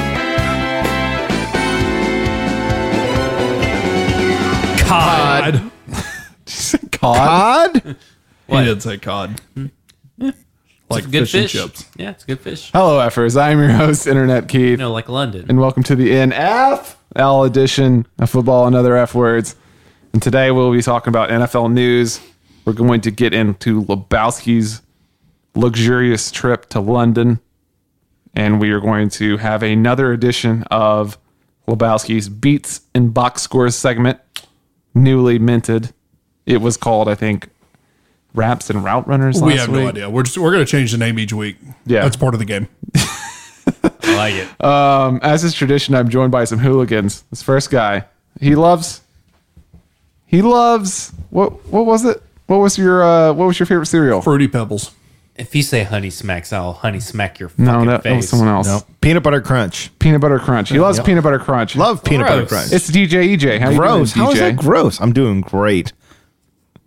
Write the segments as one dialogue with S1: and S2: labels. S1: Cod.
S2: Cod?
S1: Cod?
S2: He did say cod. Like
S3: Hmm. It's good
S2: fish,
S3: fish.
S2: and chips.
S3: Yeah, it's good fish.
S1: Hello, effers. I'm your host, Internet Keith,
S3: You know, like London.
S1: and welcome to the NFL edition of Football and Other F Words. And today we'll be talking about NFL news. We're going to get into Lebowski's luxurious trip to London, and we are going to have another edition of Lebowski's Beats and Box Scores segment, newly minted. It was called, I think, Raps and Route Runners.
S2: We
S1: last
S2: have
S1: week.
S2: no idea. We're just we're gonna change the name each week.
S1: Yeah.
S2: that's part of the game.
S3: I like it.
S1: as is tradition, I'm joined by some hooligans. This first guy, he loves, he loves. What what was it? What was your uh, what was your favorite cereal?
S2: Fruity Pebbles.
S3: if you say honey smacks, I'll honey smack your fucking
S1: no, that,
S3: face.
S1: that was someone else.
S4: No. Peanut butter crunch.
S1: Peanut butter crunch. He loves peanut butter crunch.
S4: Love peanut butter
S3: Gross.
S4: crunch.
S1: It's DJ EJ. How
S4: gross.
S1: You doing,
S4: How
S1: DJ?
S4: is that gross? I'm doing great.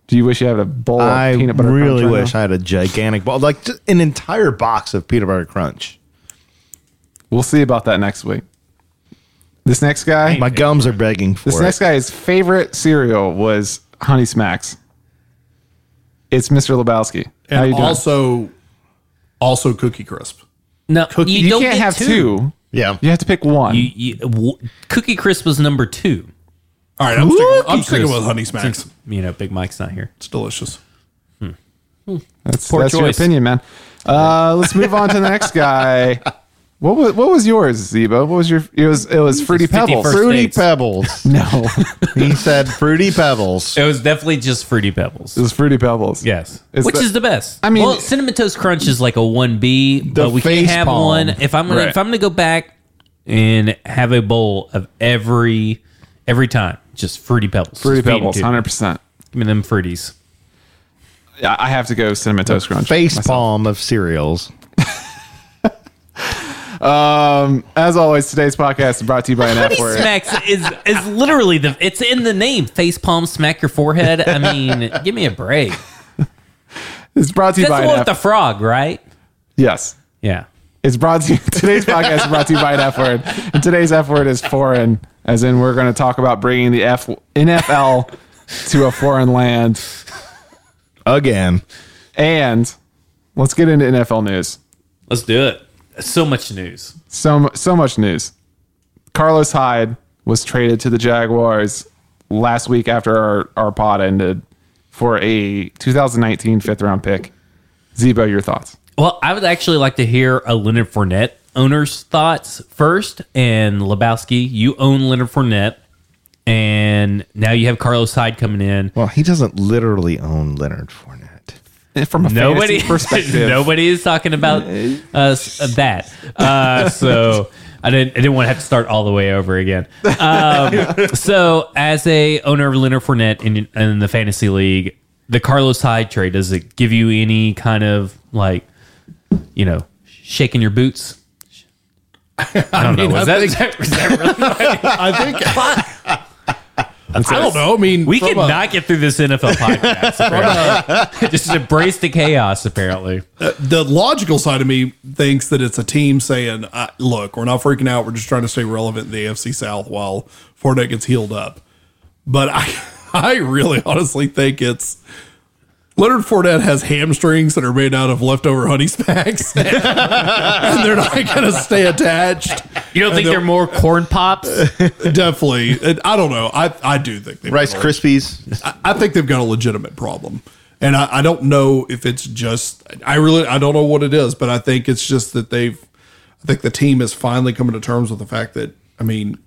S1: Do you wish you had a bowl
S4: I
S1: of peanut butter crunch?
S4: really
S1: right
S4: wish
S1: now?
S4: I had a gigantic ball, like just an entire box of peanut butter crunch.
S1: We'll see about that next week. This next guy,
S4: My gums are begging for
S1: this
S4: it.
S1: next guy's favorite cereal was Honey Smacks. It's Mr. Lebowski. How
S2: And
S1: you doing?
S2: also also cookie crisp.
S3: No, you,
S1: you
S3: don't
S1: can't
S3: get
S1: have two.
S4: yeah.
S1: You have to pick one.
S3: You, you, w- Cookie Crisp was number two.
S2: All right, I'm sticking, I'm
S3: Cookie
S2: sticking
S3: Crisp.
S2: with honey smacks.
S3: Since, you know, Big Mike's not here.
S2: It's delicious.
S1: That's,
S3: Poor
S1: that's your
S3: choice.
S1: opinion, man. Uh, let's move on to the next guy. What was what was yours, Zebo? What was your it was it was Fruity Pebbles.
S3: 51st
S4: Fruity
S3: States.
S4: Pebbles.
S1: No,
S4: he said Fruity Pebbles.
S3: It was definitely just Fruity Pebbles.
S1: it was Fruity Pebbles.
S3: Yes.
S1: Is
S3: Which
S1: that-
S3: is the best?
S1: I mean-
S3: well, cinnamon toast crunch is like a one B, but we can
S4: face
S3: have
S4: palm.
S3: one. If I'm gonna,
S1: Right.
S3: if I'm gonna go back and have a bowl of every every time, just fruity pebbles,
S1: Fruity
S3: Just feed 'em
S1: Pebbles,
S3: to me.
S1: hundred percent.
S3: Give me them fruities.
S1: Yeah, I have to go cinnamon toast crunch.
S4: Face palm of cereals.
S1: As always, today's podcast is brought to you by an F
S3: Honey
S1: word.
S3: smacks is is literally the it's in the name. Face palm, smack your forehead. I mean, give me a break.
S1: It's brought to you by
S3: That's
S1: an
S3: the
S1: F.
S3: one with the frog, right?
S1: yes,
S3: Yeah.
S1: it's brought to you. Today's podcast is brought to you by an F word, and today's F word is foreign. As in, we're going to talk about bringing the F NFL to a foreign land.
S4: Again.
S1: And let's get into NFL news.
S3: Let's do it. So much news.
S1: so mu- so much news. Carlos Hyde was traded to the Jaguars last week after our, our pod ended for a 2019 fifth round pick. Zebo, your thoughts?
S3: Well, I would actually like to hear a Leonard Fournette owner's thoughts first. And Lebowski, you own Leonard Fournette, and now you have Carlos Hyde coming in.
S4: Well, he doesn't literally own Leonard Fournette.
S1: Eh, From a
S3: Nobody,
S1: fantasy perspective,
S3: nobody is talking about uh, s- that. Uh, so I didn't, I didn't want to have to start all the way over again. Um, so as a owner of Leonard Fournette in, in the fantasy league, the Carlos Hyde trade does it give you any kind of like, you know, shaking your boots? I don't know. Was that, is that, is that really
S2: I think I don't know. I mean,
S3: we
S2: from
S3: could
S2: a-
S3: not get through this NFL podcast. apparently. Just embrace the chaos, apparently.
S2: the logical side of me thinks that it's a team saying, I, "Look, we're not freaking out. We're just trying to stay relevant in the AFC South while Fournette gets healed up." But I, I really honestly think it's Leonard Fournette has hamstrings that are made out of leftover honey smacks, and they're not going to stay attached.
S3: You don't think
S2: the-
S3: they're more corn pops?
S2: Definitely, and I don't know. I I do think they
S4: Rice
S2: will.
S4: Krispies.
S2: I, I think they've got a legitimate problem. And I, I don't know if it's just I really I don't know what it is, but I think it's just that they've I think the team is finally coming to terms with the fact that I mean,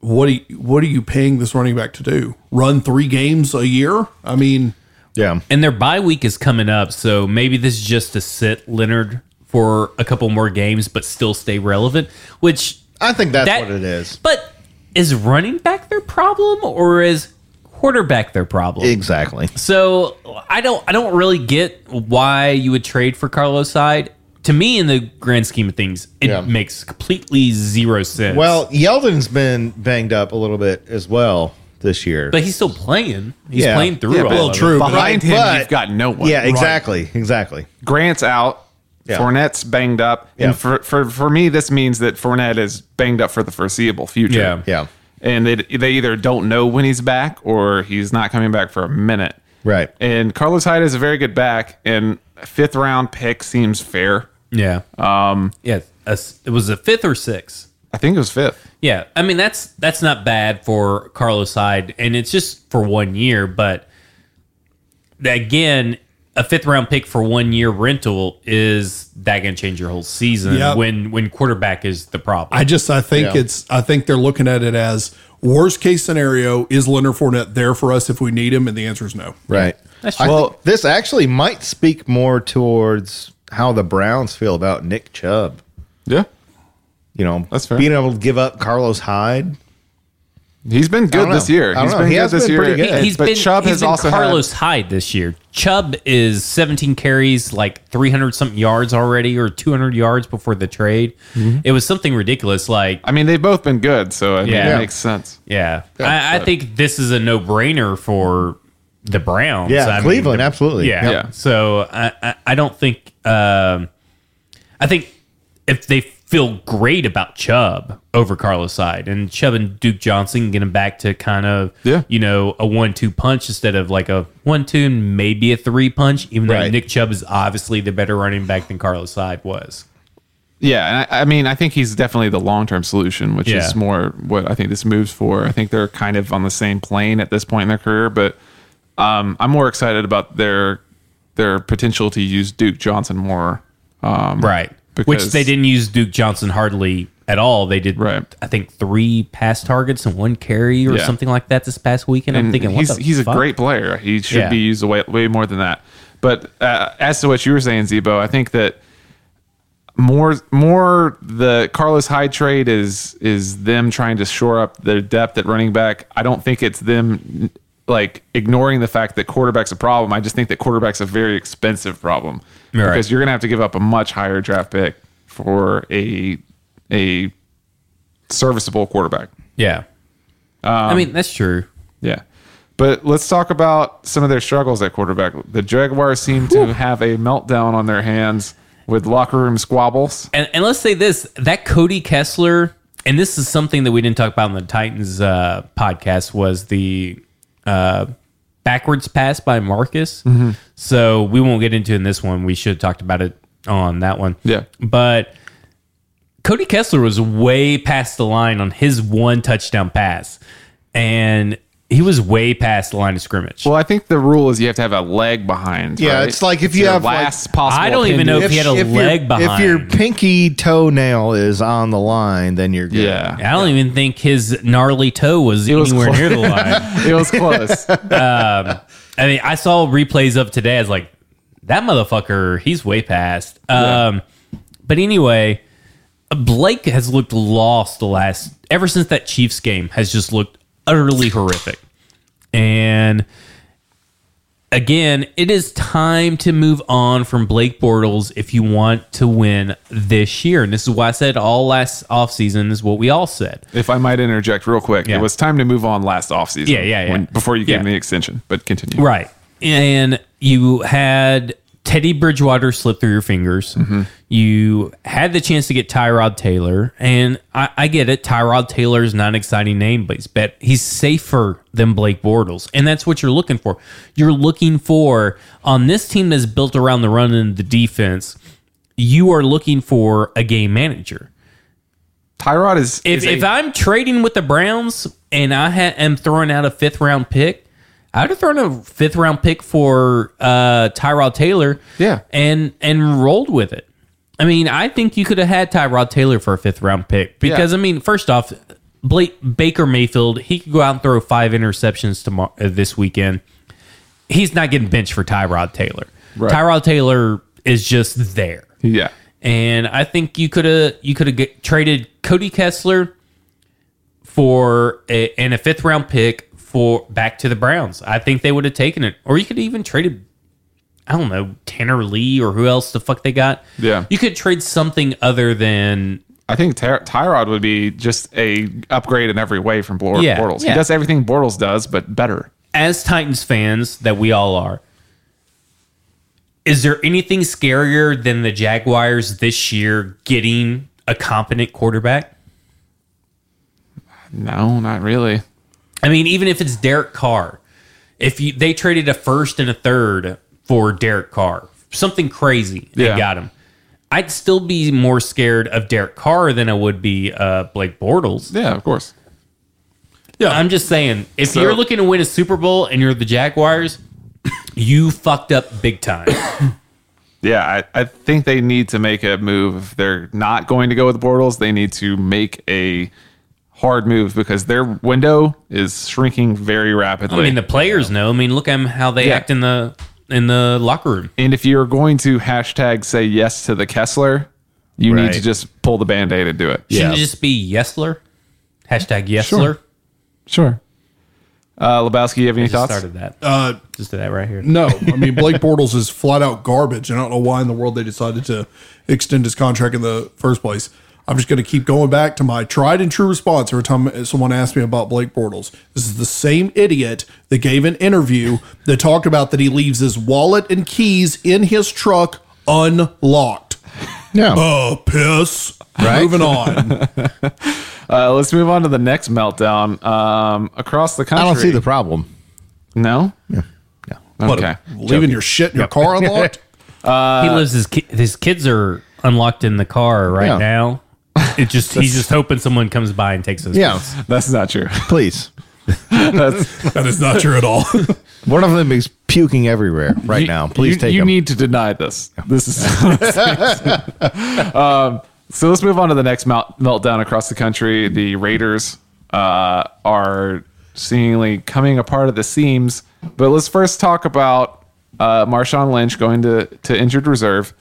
S2: what do you, what are you paying this running back to do? Run three games a year? I mean,
S4: Yeah.
S3: and their bye week is coming up, so maybe this is just to sit Leonard for a couple more games, but still stay relevant. Which
S4: I think that's
S3: that
S4: what it is.
S3: But is running back their problem, or is quarterback their problem?
S4: Exactly.
S3: So I don't I don't really get why you would trade for Carlos Hyde. To me, in the grand scheme of things, it
S4: Yeah.
S3: makes completely zero sense.
S4: Well, Yeldon's been banged up a little bit as well this year.
S3: but he's still playing. He's
S4: Yeah.
S3: playing through
S4: Yeah,
S3: all
S4: well,
S3: of it.
S2: true.
S1: behind him,
S4: But-
S1: you've got no one.
S4: yeah, exactly. Exactly.
S1: Grant's out.
S4: Yeah.
S1: Fournette's banged up,
S4: Yeah.
S1: and for, for for me, this means that Fournette is banged up for the foreseeable future.
S3: Yeah.
S4: Yeah.
S1: and they they either don't know when he's back or he's not coming back for a minute.
S4: Right.
S1: And Carlos Hyde is a very good back, and a fifth round pick seems fair.
S3: Yeah. Um. Yeah. a s- it was a fifth or sixth.
S1: I think it was fifth.
S3: Yeah, I mean that's that's not bad for Carlos Hyde, and it's just for one year. But again, a fifth round pick for one year rental is that going to change your whole season
S2: Yep.
S3: when when quarterback is the problem?
S2: I just I think
S4: Yeah.
S2: it's I think they're looking at it as worst case scenario is Leonard Fournette there for us if we need him, and the answer is no.
S4: Right.
S3: That's
S4: I
S3: true.
S4: think this actually might speak more towards how the Browns feel about Nick Chubb.
S1: Yeah,
S4: You know,
S1: That's fair.
S4: being able to give up Carlos Hyde.
S1: he's been
S4: don't
S1: good
S4: know.
S1: this year.
S4: I don't
S1: He's
S4: know.
S1: been
S4: He
S1: good
S4: has
S1: this
S4: been
S1: year.
S4: pretty good.
S1: He-
S4: He-
S3: he's
S1: but
S3: been,
S1: Chubb
S3: he's
S1: has
S3: been
S1: also had-
S3: Carlos Hyde this year. Chubb is 17 carries, like 300 something yards already, or 200 yards before the trade.
S1: Mm-hmm.
S3: It was something ridiculous. Like
S1: I mean, they've both been good, so I mean,
S3: Yeah.
S1: it makes sense.
S3: Yeah, I, I think this is a no-brainer for the Browns.
S4: Yeah,
S3: I mean,
S4: Cleveland,
S3: the-
S4: absolutely.
S3: Yeah.
S1: Yeah.
S3: So I, I, I don't think. Um, I think if they feel great about Chubb over Carlos Hyde and Chubb and Duke Johnson getting back to kind of
S1: Yeah.
S3: you know a one-two punch instead of like a one-two and maybe a three punch, even though
S4: Right.
S3: Nick Chubb is obviously the better running back than Carlos Hyde was.
S1: Yeah, and I, I mean, I think he's definitely the long term solution, which
S3: Yeah.
S1: is more what I think this moves for. I think they're kind of on the same plane at this point in their career, but um, I'm more excited about their their potential to use Duke Johnson more. Um,
S3: Right. Which
S1: because-
S3: they didn't use Duke Johnson hardly at all. They did,
S1: Right.
S3: I think, three pass targets and one carry or
S1: Yeah.
S3: something like that this past weekend. I'm
S1: And
S3: thinking, what
S1: he's
S3: the
S1: he's
S3: fuck?
S1: a great player. He should
S3: Yeah.
S1: be used way way more than that. But uh, as to what you were saying, Zebo, I think that more more the Carlos Hyde trade is is them trying to shore up their depth at running back. I don't think it's them like ignoring the fact that quarterback's a problem. I just think that quarterback's a very expensive problem
S3: Right.
S1: because you're gonna have to give up a much higher draft pick for a a serviceable quarterback.
S3: Yeah. Um, I mean, that's true.
S1: Yeah. But let's talk about some of their struggles at quarterback. The Jaguars seem to have a meltdown on their hands with locker room squabbles.
S3: And, and let's say this that Cody Kessler, and this is something that we didn't talk about in the Titans uh, podcast, was the uh, backwards pass by Marcus.
S1: Mm-hmm.
S3: So we won't get into it in this one. We should have talked about it on that one.
S1: Yeah.
S3: But Cody Kessler was way past the line on his one touchdown pass. And he was way past the line of scrimmage.
S1: Well, I think the rule is you have to have a leg behind.
S4: Yeah,
S1: right?
S4: it's like if you
S1: your
S4: have, like-
S1: last possible.
S3: I don't even
S1: appendage.
S3: know if he had a
S4: your-
S3: leg behind.
S4: If your pinky toenail is on the line, then you're good.
S1: Yeah.
S3: I don't even think his gnarly toe was
S1: was
S3: anywhere
S1: close.
S3: near the line.
S1: It was close.
S3: I mean, I saw replays of today. I was like, that motherfucker, he's way past. Um, But anyway, Blake has looked lost the last, ever since that Chiefs game, has just looked utterly horrific. And again, it is time to move on from Blake Bortles if you want to win this year. And this is why I said all last offseason is what we all said.
S1: if I might interject real quick,
S3: Yeah.
S1: it was time to move on last offseason.
S3: Yeah, yeah, yeah.
S1: before you gave
S3: Yeah.
S1: me the extension, but continue.
S3: Right. And you had Teddy Bridgewater slip through your fingers. You had the chance to get Tyrod Taylor. And I, I get it. Tyrod Taylor is not an exciting name, but he's, bet, he's safer than Blake Bortles. And that's what you're looking for. You're looking for, on this team that's built around the run and the defense, you are looking for a game manager
S1: Tyrod is.
S3: if,
S1: is a-
S3: if I'm trading with the Browns and I ha- am throwing out a fifth round pick, I'd have thrown a fifth round pick for uh, Tyrod Taylor.
S1: Yeah.
S3: and and rolled with it. I mean, I think you could have had Tyrod Taylor for a fifth round pick because I mean, first off, Blake Baker Mayfield he could go out and throw five interceptions tomorrow uh, this weekend. He's not getting benched for Tyrod Taylor.
S1: Right.
S3: Tyrod Taylor is just there.
S1: yeah.
S3: And I think you could have you could have traded Cody Kessler for a, and a fifth round pick for back to the Browns. I think they would have taken it, or you could even traded. I don't know Tanner Lee or who else the fuck they got.
S1: Yeah.
S3: you could trade something other than
S1: I think Ty- Tyrod would be just a upgrade in every way from Bor-
S3: Yeah,
S1: Bortles.
S3: yeah.
S1: He does everything Bortles does, but better.
S3: as Titans fans that we all are. is there anything scarier than the Jaguars this year getting a competent quarterback?
S1: No, not really.
S3: I mean, even if it's Derek Carr, if you they traded a first and a third for Derek Carr, something crazy, they
S1: Yeah.
S3: got him. I'd still be more scared of Derek Carr than I would be uh, Blake Bortles.
S1: Yeah, of course.
S3: I'm just saying, if
S1: So-
S3: you're looking to win a Super Bowl and you're the Jaguars, you fucked up big time.
S1: Yeah, I, I think they need to make a move. If they're not going to go with the portals, they need to make a hard move because their window is shrinking very rapidly.
S3: I mean, the players know. I mean, look at 'em how they
S1: Yeah.
S3: act in the in the locker room.
S1: and if you're going to hashtag say yes to the Kessler, you need
S4: Right.
S1: to just pull the band aid and do it.
S3: Shouldn't it just be Yesler? Hashtag Yesler.
S1: Sure. Uh, Lebowski, you have any
S3: Just
S1: thoughts?
S3: started that.
S2: Uh,
S3: just did that right here.
S2: no, I mean Blake Bortles is flat out garbage. I don't know why in the world they decided to extend his contract in the first place. I'm just going to keep going back to my tried and true response every time someone asks me about Blake Bortles. This is the same idiot that gave an interview that talked about that he leaves his wallet and keys in his truck unlocked.
S4: Yeah.
S2: Uh, piss. Moving on.
S1: Uh, let's move on to the next meltdown um, across the country.
S4: I don't see the problem.
S1: no.
S4: No.
S2: What,
S1: Okay.
S2: leaving your shit in your car unlocked?
S4: Uh,
S3: he lives his ki- his kids are unlocked in the car right
S4: Yeah.
S3: now. It just he's just hoping someone comes by and takes us.
S4: Yeah.
S1: That's not true.
S4: Please.
S1: That's,
S2: That is not true at all.
S4: One of them is puking everywhere right
S1: You-
S4: now. Please
S1: you,
S4: take
S1: You
S4: him.
S1: need to deny this. This is. um, so let's move on to the next melt- meltdown across the country. The Raiders uh, are seemingly coming apart at the seams. But let's first talk about uh, Marshawn Lynch going to, to injured reserve.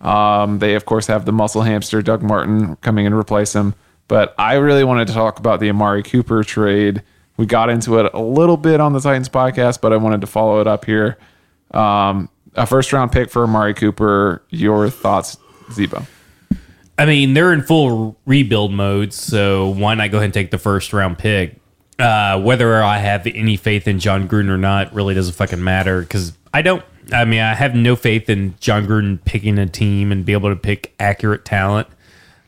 S1: Um, they, of course, have the muscle hamster Doug Martin coming in to replace him. But I really wanted to talk about the Amari Cooper trade. We got into it a little bit on the Titans podcast, but I wanted to follow it up here. Um, a first round pick for Amari Cooper. Your thoughts, Zebo?
S3: I mean they're in full rebuild mode, so why not go ahead and take the first round pick? Uh, whether I have any faith in John Gruden or not really doesn't fucking matter because I don't. I mean I have no faith in John Gruden picking a team and be able to pick accurate talent.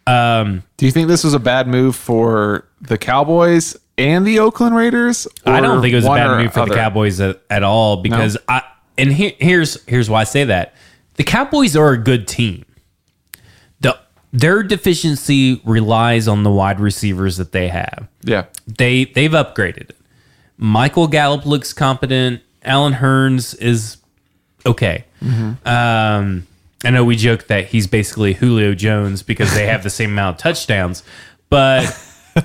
S1: Do you think this was a bad move for the Cowboys and the Oakland Raiders?
S3: I don't think it was a
S1: Or one
S3: bad
S1: or
S3: move for
S1: other?
S3: the Cowboys at, at all because I and here, here's here's why I say that. The Cowboys are a good team. The their deficiency relies on the wide receivers that they have.
S1: Yeah.
S3: They they've upgraded. Michael Gallup looks competent. Alan Hearns is okay. Um, I know we joke that he's basically Julio Jones because they have the same amount of touchdowns, but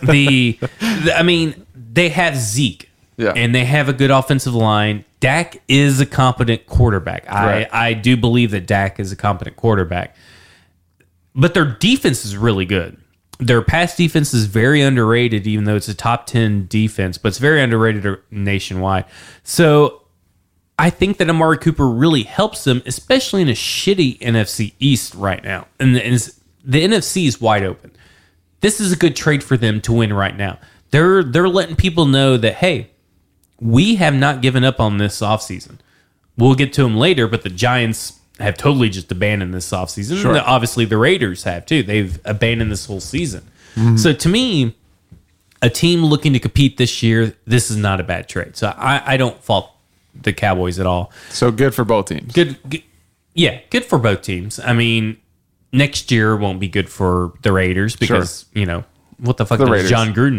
S3: the, the- I mean, they have Zeke.
S1: Yeah.
S3: And they have a good offensive line. Dak is a competent quarterback.
S1: Right.
S3: I, I do believe that Dak is a competent quarterback. But their defense is really good. Their pass defense is very underrated, even though it's a top 10 defense, but it's very underrated nationwide. So I think that Amari Cooper really helps them, especially in a shitty NFC East right now. And the, and it's- the NFC is wide open. This is a good trade for them to win right now. They're they're letting people know that hey, we have not given up on this offseason. We'll get to them later, but the Giants have totally just abandoned this offseason. And obviously the Raiders have too. They've abandoned this whole season. So to me, a team looking to compete this year, this is not a bad trade. So I, I don't fault the Cowboys at all.
S1: So good for both teams.
S3: Good, good, yeah, good for both teams. I mean, next year won't be good for the Raiders because you know what the fuck does
S1: Raiders.
S3: John Gruden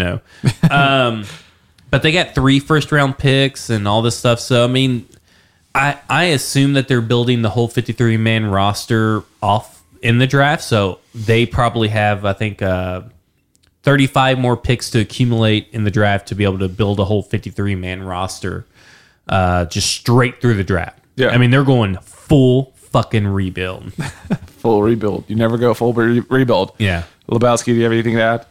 S3: know? um, but they got three first round picks and all this stuff. So I mean, I I assume that they're building the whole fifty three man roster off in the draft. So they probably have I think. Uh, 35 more picks to accumulate in the draft to be able to build a whole 53 man roster uh, just straight through the draft.
S1: Yeah.
S3: I mean, they're going full fucking rebuild.
S1: Full rebuild. You never go full re- rebuild.
S3: Yeah.
S1: Lebowski, do you have anything to add?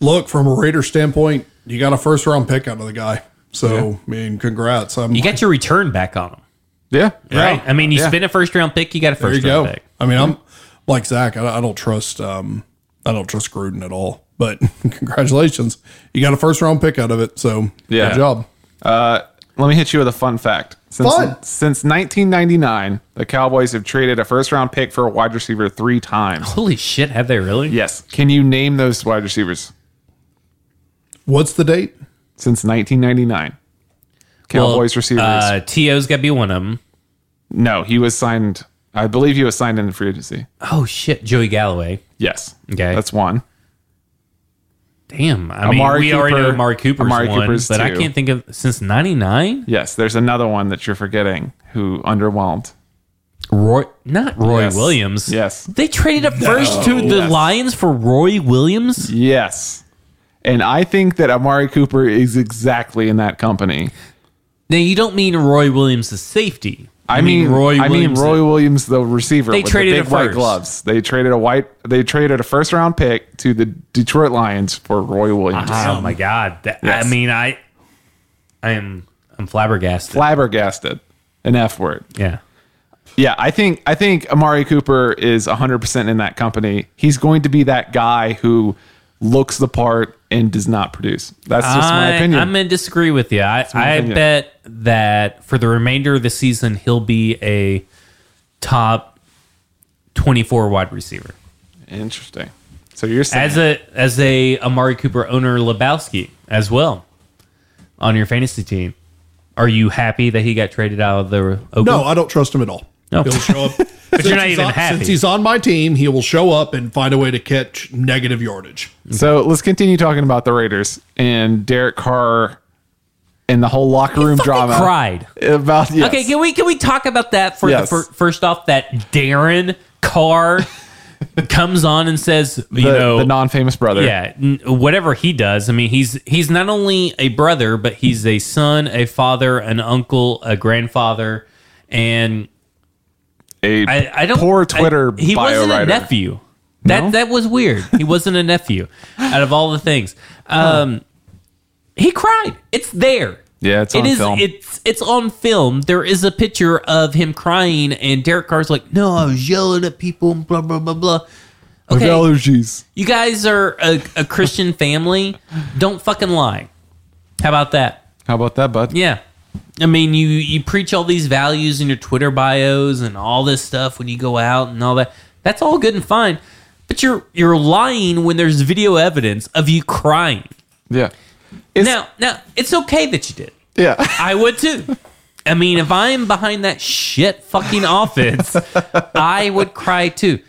S2: Look, from a Raider standpoint, you got a first round pick out of the guy. So, I mean, congrats. I'm,
S3: You got your return back on them,
S1: Yeah.
S3: right? I mean, you
S1: Yeah.
S3: spend a first round pick, you got a
S2: there you
S3: first round
S2: go.
S3: pick. Mm-hmm.
S2: I mean, I'm like Zach. I, I don't trust. Um, I don't trust Gruden at all. But congratulations, you got a first round pick out of it. So,
S1: Yeah.
S2: good job.
S1: Uh, let me hit you with a fun fact. Since,
S4: Fun.
S1: Since 1999, the Cowboys have traded a first round pick for a wide receiver three times.
S3: Holy shit, have they really?
S1: Yes. Can you name those wide receivers
S2: What's the date?
S1: since 1999?
S3: Well,
S1: Cowboys receivers.
S3: Uh, To's got to be one of them.
S1: no, he was signed. I believe he was signed in the free agency.
S3: Oh shit, Joey Galloway.
S1: Yes.
S3: Okay.
S1: That's one.
S3: Damn, I mean,
S1: Amari
S3: we already know
S1: Cooper.
S3: Amari Cooper's
S1: Amari
S3: one,
S1: Cooper's
S3: but I
S1: two.
S3: can't think of since '99.
S1: Yes. There's another one that you're forgetting who underwhelmed.
S3: Roy, not Roy
S1: Yes.
S3: Williams.
S1: Yes.
S3: they traded up first to the
S1: Yes.
S3: Lions for Roy Williams.
S1: Yes. And I think that Amari Cooper is exactly in that company.
S3: Now you don't mean Roy Williams the safety.
S1: I
S3: You
S1: mean, Roy. I mean
S3: Williams the-
S1: Roy Williams, the receiver.
S3: They
S1: with
S3: traded
S1: the
S3: a
S1: big white
S3: first.
S1: gloves. They traded a white. They traded a first round pick to the Detroit Lions for Roy Williams.
S3: Oh my god! That- I
S1: Yes.
S3: mean, I, I am, I'm flabbergasted.
S1: Flabbergasted, an F word.
S3: yeah.
S1: Yeah, I think I think Amari Cooper is 100 percent in that company. He's going to be that guy who looks the part and does not produce. That's just my
S3: I-
S1: opinion.
S3: I'm gonna disagree with you. I,
S1: my
S3: I
S1: opinion.
S3: bet that for the remainder of the season, he'll be a top 24 wide receiver
S1: Interesting. So you're saying
S3: as a as a Amari Cooper owner Lebowski as well on your fantasy team. Are you happy that he got traded out of the Oakland?
S2: No, I don't trust him at all.
S3: No.
S2: He'll show up. but
S3: you're not even
S2: on,
S3: happy.
S2: Since he's on my team, he will show up and find a way to catch negative yardage.
S1: So let's continue talking about the Raiders and Derek Carr and the whole locker room
S3: fucking
S1: drama.
S3: cried.
S1: about yes.
S3: Okay, can we can we talk about that for
S1: Yes.
S3: the fir- first off that Darren Carr comes on and says,
S1: the,
S3: you know,
S1: the non-famous brother.
S3: Yeah, n- whatever he does. I mean, he's he's not only a brother, but he's a son, a father, an uncle, a grandfather, and
S1: a
S3: I, I don't
S1: poor Twitter
S3: I- he
S1: bio
S3: wasn't
S1: writer.
S3: a nephew. That
S1: No?
S3: that was weird. He wasn't a nephew. Out of all the things, um, he cried. It's there.
S1: Yeah, it's on
S3: It is-
S1: film.
S3: It's it's on film. There is a picture of him crying, and Derek Carr's like, "No, I was yelling at people, and blah blah blah blah."
S1: With
S3: Okay,
S1: allergies.
S3: you guys are a, a Christian family. Don't fucking lie. How about that?
S1: How about that, bud?
S3: Yeah. I mean, you you preach all these values in your Twitter bios and all this stuff when you go out and all that. That's all good and fine, but you're you're lying when there's video evidence of you crying.
S1: Yeah. It's,
S3: Now, now it's okay that you did.
S1: yeah.
S3: I would too. I mean, if I'm behind that shit fucking offense, I would cry too.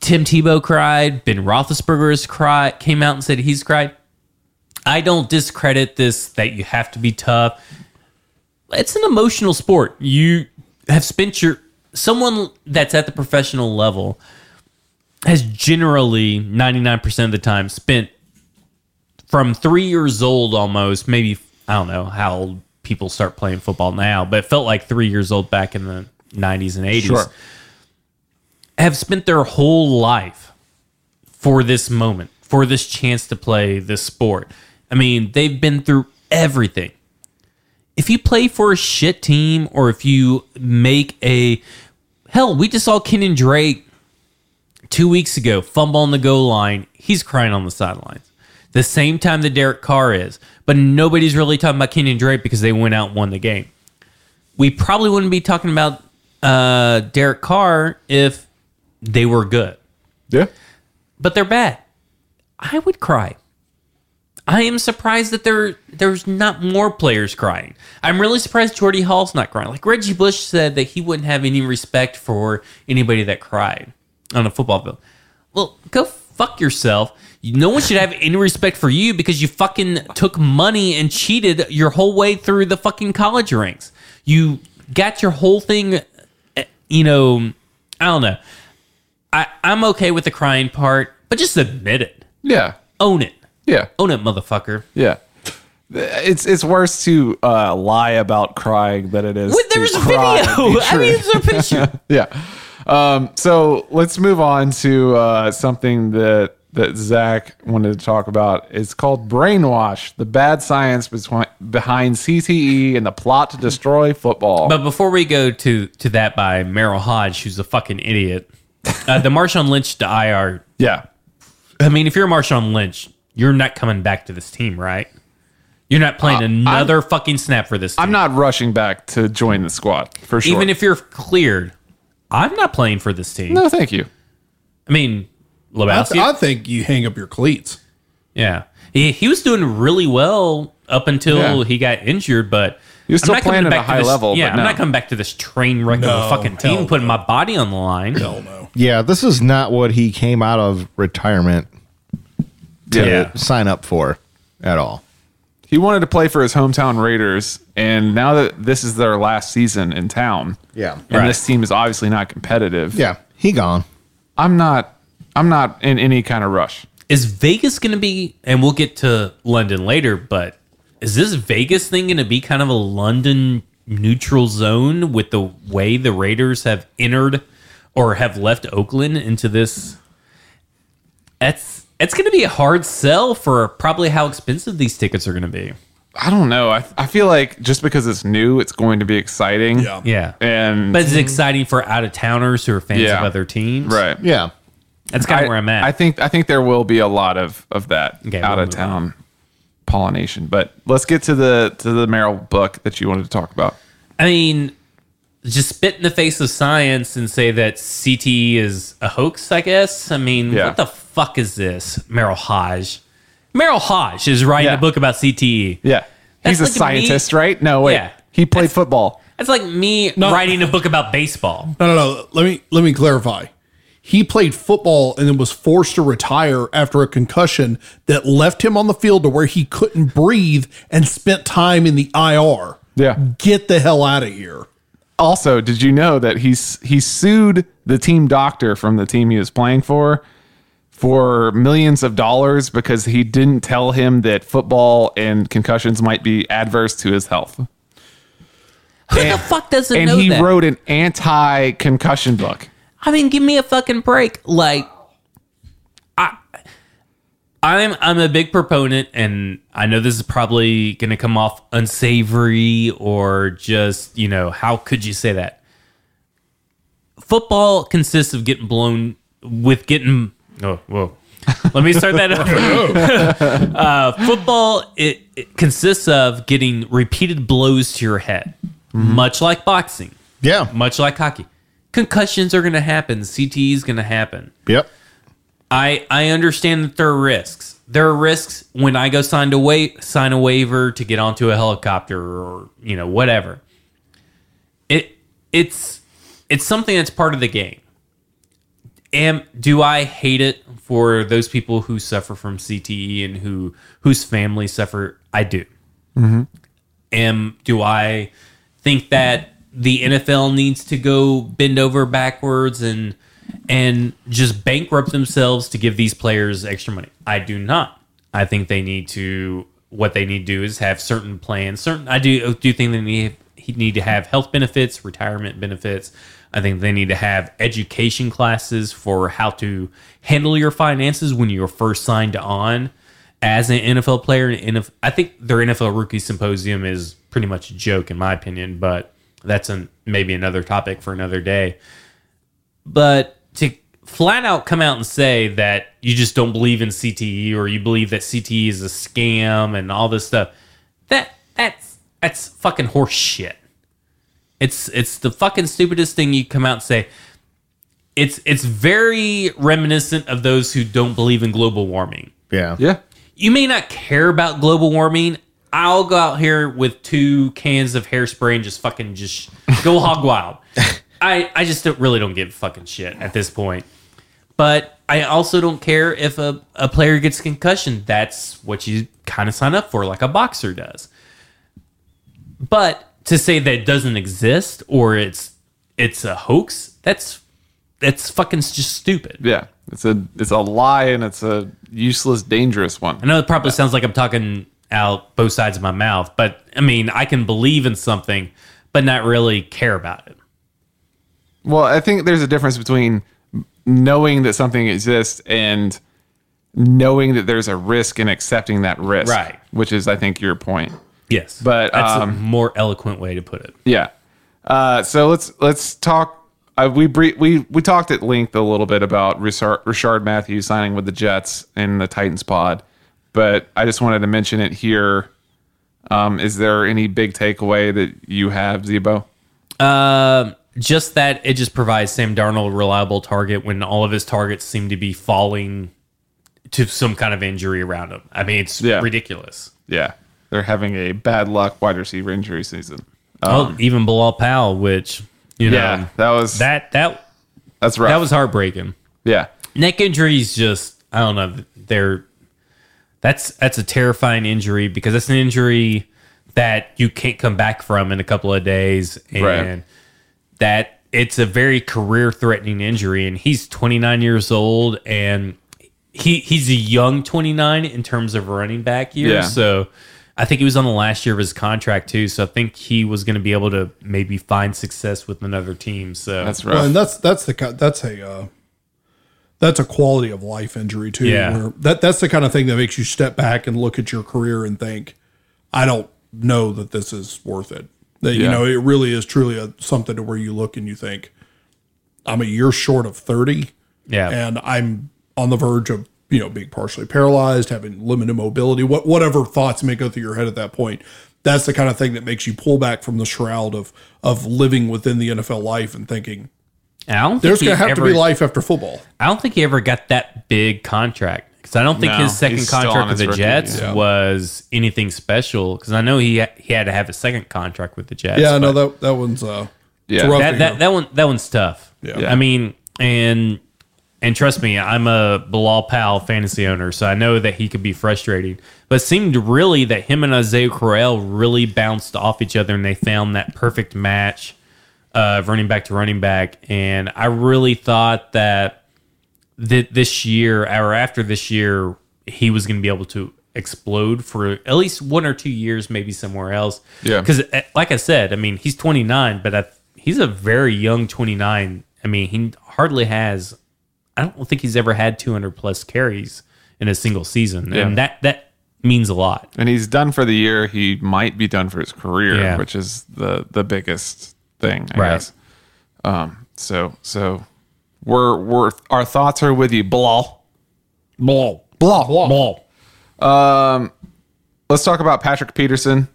S3: Tim Tebow cried. Ben Roethlisberger has cried. Came out and said he's cried. I don't discredit this that you have to be tough. It's an emotional sport. You have spent your someone that's at the professional level has generally 99% of the time spent from three years old almost, maybe I don't know how old people start playing football now, but it felt like three years old back in the 90s and 80s.
S1: Sure.
S3: Have spent their whole life for this moment, for this chance to play this sport. I mean, they've been through everything. If you play for a shit team or if you make a hell, we just saw Kenan Drake two weeks ago, fumble on the goal line. He's crying on the sidelines. The same time that Derek Carr is, but nobody's really talking about Kenyon Drake because they went out and won the game. We probably wouldn't be talking about uh, Derek Carr if they were good,
S1: Yeah.
S3: but they're bad. I would cry. I am surprised that there there's not more players crying. I'm really surprised Jordy Hall's not crying. Like Reggie Bush said that he wouldn't have any respect for anybody that cried on a football field. Well, go fuck yourself. No one should have any respect for you because you fucking took money and cheated your whole way through the fucking college ranks. You got your whole thing, eh, you know. I don't know. I I'm okay with the crying part, but just admit it,
S1: Yeah.
S3: own it.
S1: Yeah.
S3: Own it, motherfucker.
S1: Yeah. It's it's worse to uh, lie about crying than it is.
S3: Wait, there
S1: to
S3: was a video.
S1: cry and be
S3: I mean, it's a picture.
S1: yeah. Um, so let's move on to uh, something that that Zach wanted to talk about. It's called brainwash: the bad science between, behind CTE and the plot to destroy football.
S3: but before we go to to that by Merrill Hodge, who's a fucking idiot, uh, the Marshawn Lynch to IR.
S1: yeah,
S3: I mean, if you're Marshawn Lynch, you're not coming back to this team, right? You're not playing another fucking snap for this. Team.
S1: I'm not rushing back to join the squad for sure.
S3: Even if you're cleared, I'm not playing for this team.
S1: no, thank you.
S3: I mean,
S2: I,
S3: Lebowski.
S2: th- I think you hang up your cleats.
S3: yeah, he, he was doing really well up until
S1: Yeah.
S3: he got injured, but
S1: He was still
S3: I'm not coming
S1: playing at
S3: back
S1: a
S3: to
S1: high
S3: this-
S1: level,
S3: Yeah,
S1: but
S3: I'm
S1: no.
S3: not coming back to this train wreck of
S2: No,
S3: a fucking
S2: hell
S3: team, putting
S2: no.
S3: my body on the line.
S2: Hell no.
S4: Yeah, this is not what he came out of retirement to
S1: Yeah.
S4: sign up for at all.
S1: He wanted to play for his hometown Raiders, and now that this is their last season in town,
S4: Yeah.
S1: and
S3: Right.
S1: this team is obviously not competitive.
S4: Yeah, he gone.
S1: I'm not. I'm not in any kind of rush.
S3: Is Vegas going to be? And we'll get to London later, but is this Vegas thing going to be kind of a London neutral zone with the way the Raiders have entered or have left Oakland into this? That's it's going to be a hard sell for probably how expensive these tickets are going to be.
S1: I don't know. I, I feel like just because it's new, it's going to be exciting.
S2: Yeah.
S3: Yeah.
S1: And
S3: But it's exciting for out of towners who are fans
S1: Yeah.
S3: of other teams.
S1: right.
S4: Yeah.
S3: That's kind of where I'm at.
S1: I think I think there will be a lot of of that
S3: Okay,
S1: out
S3: we'll
S1: of
S3: move
S1: town pollination. But let's get to the to the Merrill book that you wanted to talk about.
S3: I mean, just spit in the face of science and say that CTE is a hoax, I guess. I mean,
S1: Yeah.
S3: what the fuck is this? Merrill Hodge. Merrill Hodge is writing
S1: Yeah.
S3: a book about E. CTE.
S1: Yeah,
S3: That's
S1: he's a
S3: like me-
S1: scientist, right? No, wait,
S3: Yeah.
S1: he played football.
S3: That's like me writing a book about baseball.
S2: No, no, no. Let me let me clarify. He played football and then was forced to retire after a concussion that left him on the field to where he couldn't breathe and spent time in the IR.
S1: Yeah.
S2: Get the hell out of here.
S1: Also, did you know that he's he sued the team doctor from the team he was playing for for millions of dollars because he didn't tell him that football and concussions might be adverse to his health.
S3: Who the fuck doesn't
S1: And
S3: know
S1: he
S3: that?
S1: wrote an anti-concussion book.
S3: I mean, give me a fucking break. Like, I, I'm I'm a big proponent, and I know this is probably going to come off unsavory or just you know how could you say that? Football consists of getting blown with getting. Oh, whoa. Let me start that over. uh, football it, it consists of getting repeated blows to your head, much like boxing
S4: Yeah.
S3: much like hockey. Concussions are going to happen. CTE is going to happen.
S4: Yep.
S3: I I understand that there are risks. There are risks when I go sign a wa- sign a waiver to get onto a helicopter or you know whatever. It it's it's something that's part of the game. Am do I hate it for those people who suffer from CTE and who whose family suffer? I do. Am do I think that the NFL needs to go bend over backwards and and just bankrupt themselves to give these players extra money? I do not. I think they need to what they need to do is have certain plans. Certain I do do think they need he need to have health benefits, retirement benefits. I think they need to have education classes for how to handle your finances when you're first signed on as an NFL player, and NF I think their NFL rookie symposium is pretty much a joke, in my opinion. But that's an, maybe another topic for another day. But to flat out come out and say that you just don't believe in CTE or you believe that CTE is a scam and all this stuff, that that's that's fucking horse shit. It's it's the fucking stupidest thing you come out and say. It's it's very reminiscent of those who don't believe in global warming
S4: Yeah.
S1: Yeah,
S3: you may not care about global warming. I'll go out here with two cans of hairspray and just fucking just go hog wild. I, I just don't, really don't give fucking shit at this point. But I also don't care if a, a player gets a concussion. That's what you kind of sign up for, like a boxer does. But to say that it doesn't exist or it's it's a hoax, that's that's fucking just stupid.
S1: yeah. It's a it's a lie and it's a useless, dangerous one.
S3: I know it probably sounds like I'm talking out both sides of my mouth, but I mean, I can believe in something, but not really care about it.
S1: Well, I think there's a difference between knowing that something exists and knowing that there's a risk and accepting that risk.
S3: Right.
S1: Which is, I think, your point.
S3: Yes,
S1: But,
S3: that's a
S1: um,
S3: more eloquent way to put it.
S1: Yeah. Uh, so let's let's talk. Uh, we bre- we we talked at length a little bit about Richard, Richard Matthews signing with the Jets in the Titans pod, but I just wanted to mention it here Um, is there any big takeaway that you have, Zebo?
S3: Um, just that it just provides Sam Darnold a reliable target when all of his targets seem to be falling to some kind of injury around him. I mean, it's
S1: Yeah.
S3: ridiculous.
S1: Yeah, they're having a bad luck wide receiver injury season.
S3: oh, even Bilal Powell, which you know
S1: Um, Yeah, Um, that was
S3: that that
S1: that's rough.
S3: that was heartbreaking.
S1: yeah,
S3: Neck injuries, just I don't know. They're that's that's a terrifying injury because that's an injury that you can't come back from in a couple of days, and
S1: Right.
S3: that it's a very career-threatening injury. And he's 29 years old, and he he's a young 29 in terms of running back years.
S1: Yeah.
S3: So I think he was on the last year of his contract too. So I think he was going to be able to maybe find success with another team. So
S1: that's
S2: Well,
S1: rough.
S2: and that's that's the ki- that's a uh, that's a quality of life injury too.
S3: Yeah.
S2: Where that that's the kind of thing that makes you step back and look at your career and think, I don't know that this is worth it. That you
S1: Yeah.
S2: know, it really is truly a, something to where you look and you think, I'm a year short of thirty,
S3: yeah.
S2: and I'm on the verge of you know being partially paralyzed, having limited mobility, what whatever thoughts may go through your head at that point. That's the kind of thing that makes you pull back from the shroud of of living within the NFL life and thinking,
S3: And I don't think
S2: there's
S3: he
S2: going to have to
S3: ever-
S2: be life after football.
S3: I don't think he ever got that big contract because I don't think
S1: No,
S3: his second
S1: he's still on
S3: contract with
S1: his
S3: the
S1: rookie,
S3: Jets
S2: yeah.
S3: was anything special. Because I know he ha- he had to have a second contract with the Jets.
S2: yeah,
S3: but
S2: no, that that one's uh,
S1: Yeah.
S2: rough
S3: that,
S2: to
S3: that
S2: hear.
S3: that one that one's tough.
S2: Yeah.
S3: I mean, and and trust me, I'm a Bilal Powell fantasy owner, so I know that he could be frustrating. But it seemed really that him and Isaiah Correll really bounced off each other, and they found that perfect match of running back to running back. And I really thought that th- this year or after this year he was going to be able to explode for at least one or two years maybe somewhere else
S1: Yeah.
S3: because like i said i mean he's 29 but I, he's a very young 29 i mean he hardly has i don't think he's ever had 200 plus carries in a single season
S1: Yeah.
S3: and that that means a lot
S1: And he's done for the year. He might be done for his career,
S3: Yeah.
S1: which is the the biggest thing, I
S3: Right.
S1: guess. Um. So so we're we're our thoughts are with you, Bilal.
S3: blah blah blah,
S1: Let's talk about Patrick Peterson,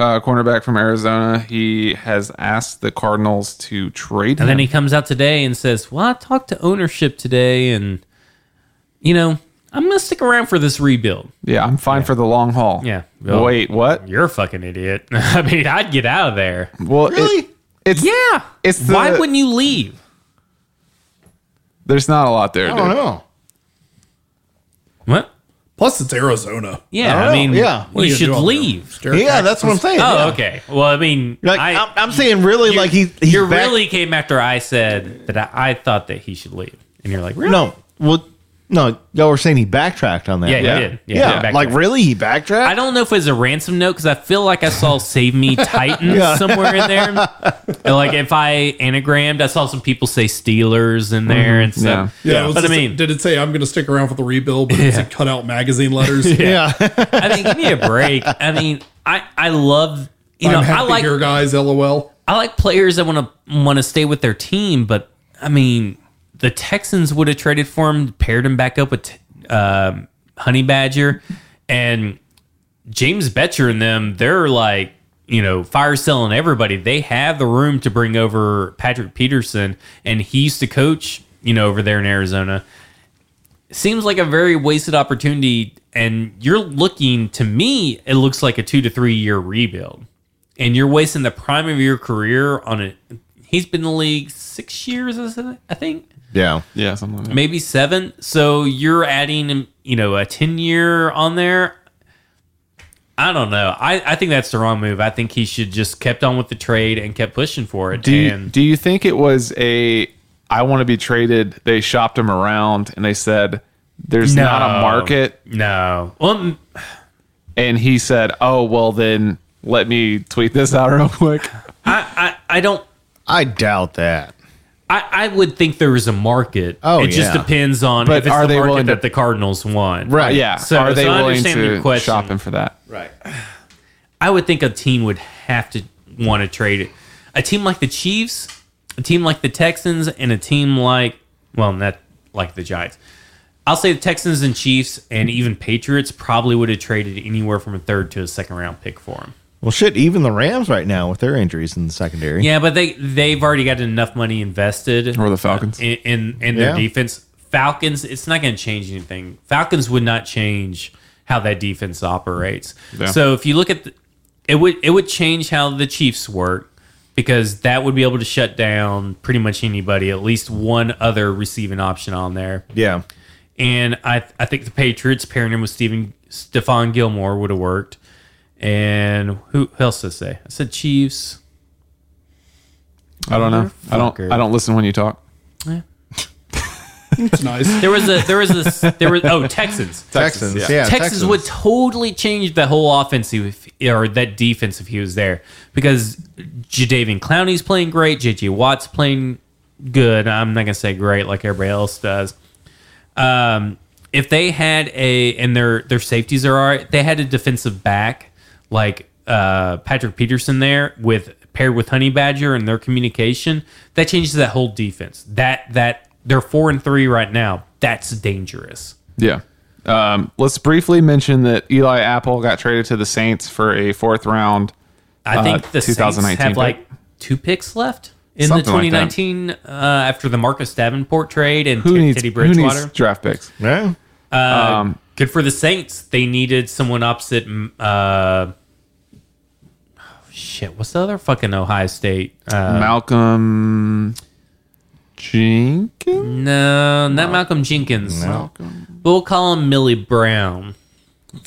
S1: uh, cornerback from Arizona. He has asked the Cardinals to trade
S3: and
S1: him.
S3: then he comes out today and says well i talked to ownership today and you know i'm gonna stick around for this rebuild
S1: yeah, I'm fine for the long haul.
S3: Yeah. Well-
S1: Wait, what?
S3: You're a fucking idiot. I mean, I'd get out of there.
S1: Well, it-
S4: Really?
S1: it's
S3: Yeah.
S1: It's the-
S3: Why wouldn't you leave?
S1: There's not a lot there.
S4: I
S1: Dude.
S4: don't know.
S3: What?
S2: Plus, it's Arizona.
S3: Yeah.
S4: I
S3: I,
S4: don't
S3: mean,
S4: know. Yeah. What
S2: are
S3: you
S2: you
S3: should
S2: doing there?
S3: leave.
S2: Stare at
S4: Yeah,
S2: that.
S4: that's what I'm saying.
S3: Oh,
S4: yeah.
S3: okay. Well, I mean,
S4: Like I,
S3: I,
S4: am I'm saying, really, like he, he's
S3: you
S4: back-
S3: really came after I said that I, I thought that he should leave, and you're like, really?
S4: no. Well, no, y'all were saying he backtracked on that.
S3: Yeah, he
S4: right?
S3: did. Yeah,
S4: yeah.
S3: he backtracked.
S4: like really, he
S3: I
S4: backtracked.
S3: don't know if it was a ransom note because I feel like I saw "Save Me Titans"
S4: Yeah.
S3: somewhere in there. And, like if I anagrammed, I saw some people say Steelers in there and stuff.
S2: Mm-hmm. Yeah, it was
S3: but I
S2: just-
S3: mean,
S2: did it say I'm going to stick around for the rebuild? But it's cut out magazine letters.
S4: yeah,
S3: I mean, give me a break. I mean, I I love you know
S2: I'm happy
S3: I like
S2: here, guys. LOL.
S3: I like players that want to want to stay with their team, but I mean, the Texans would have traded for him, paired him back up with um Honey Badger, and James Betcher and them. They're like you know fire selling everybody. They have the room to bring over Patrick Peterson, and he used to coach you know over there in Arizona. Seems like a very wasted opportunity, and you're looking to me. It looks like a two to three year rebuild and you're wasting the prime of your career on it. He's been in the league six years, isn't it? I think
S4: yeah.
S1: Yeah, something like that.
S3: maybe seven. So you're adding, you know, a ten year on there. I don't know. I, I think that's the wrong move. I think he should just kept on with the trade and kept pushing for it.
S1: Do you,
S3: and
S1: do you think it was a I want to be traded? They shopped him around and they said there's not a
S3: No.
S1: market,
S3: no, well, m-
S1: and he said, "Oh well, then let me tweet this out real quick."
S3: I, I, I don't.
S4: I doubt that.
S3: I, I would think there is a market.
S4: Oh,
S3: it just
S4: yeah.
S3: depends on
S1: But
S3: if it's
S1: are
S3: the
S1: they willing
S3: market
S1: to-
S3: that the Cardinals want.
S4: Right.
S1: yeah,
S3: So-
S1: are they
S3: so I
S1: willing
S3: understand your
S1: to
S3: question.
S1: shop him for that?
S4: Right.
S3: I would think a team would have to want to trade it. A team like the Chiefs, a team like the Texans, and a team like well, not like the Giants. I'll say the Texans and Chiefs and even Patriots probably would have traded anywhere from a third to a second round pick for him.
S4: Well, shit, even the Rams right now with their injuries in the secondary.
S3: Yeah, but they they've already got enough money invested uh,
S1: Or the Falcons.
S3: in in, in their
S4: Yeah.
S3: defense. Falcons, it's not going to change anything. Falcons would not change how that defense operates.
S1: Yeah.
S3: So if you look at the, it would it would change how the Chiefs work because that would be able to shut down pretty much anybody, at least one other receiving option on there.
S4: Yeah.
S3: And I I think the Patriots pairing him with Stephen Stephon Gilmore would have worked. And who else did I say? I said Chiefs.
S1: I don't know. I don't.
S3: Motherfucker.
S1: I don't listen when you talk.
S2: It's nice.
S3: There was a there was a there was oh Texans.
S4: Texans.
S1: yeah.
S4: Yeah.
S3: Texas would totally change the whole offensive if, or that defense if he was there because Jadavian Clowney's playing great, JJ Watt's playing good. I'm not gonna say great like everybody else does. Um, if they had a and their their safeties are all right, they had a defensive back like uh, Patrick Peterson there with paired with Honey Badger and their communication that changes that whole defense. That that they're four and three right now. That's dangerous.
S1: Yeah. Um, let's briefly mention that Eli Apple got traded to the Saints for a fourth round.
S3: I think
S1: uh,
S3: the Saints
S1: 2019
S3: have
S1: pick.
S3: like two picks left in the
S1: Something like that.
S3: 2019 uh, after the Marcus Davenport trade and
S1: Who
S3: Ted-
S1: needs
S3: Teddy
S1: who
S3: Bridgewater.
S1: needs draft picks?
S4: Yeah.
S3: Good for the Saints. They needed someone opposite. mm, Uh, oh, shit, what's the other fucking Ohio State? Uh,
S1: Malcolm Jenkins.
S3: no, not Malcolm Jenkins. We'll call him Millie Brown.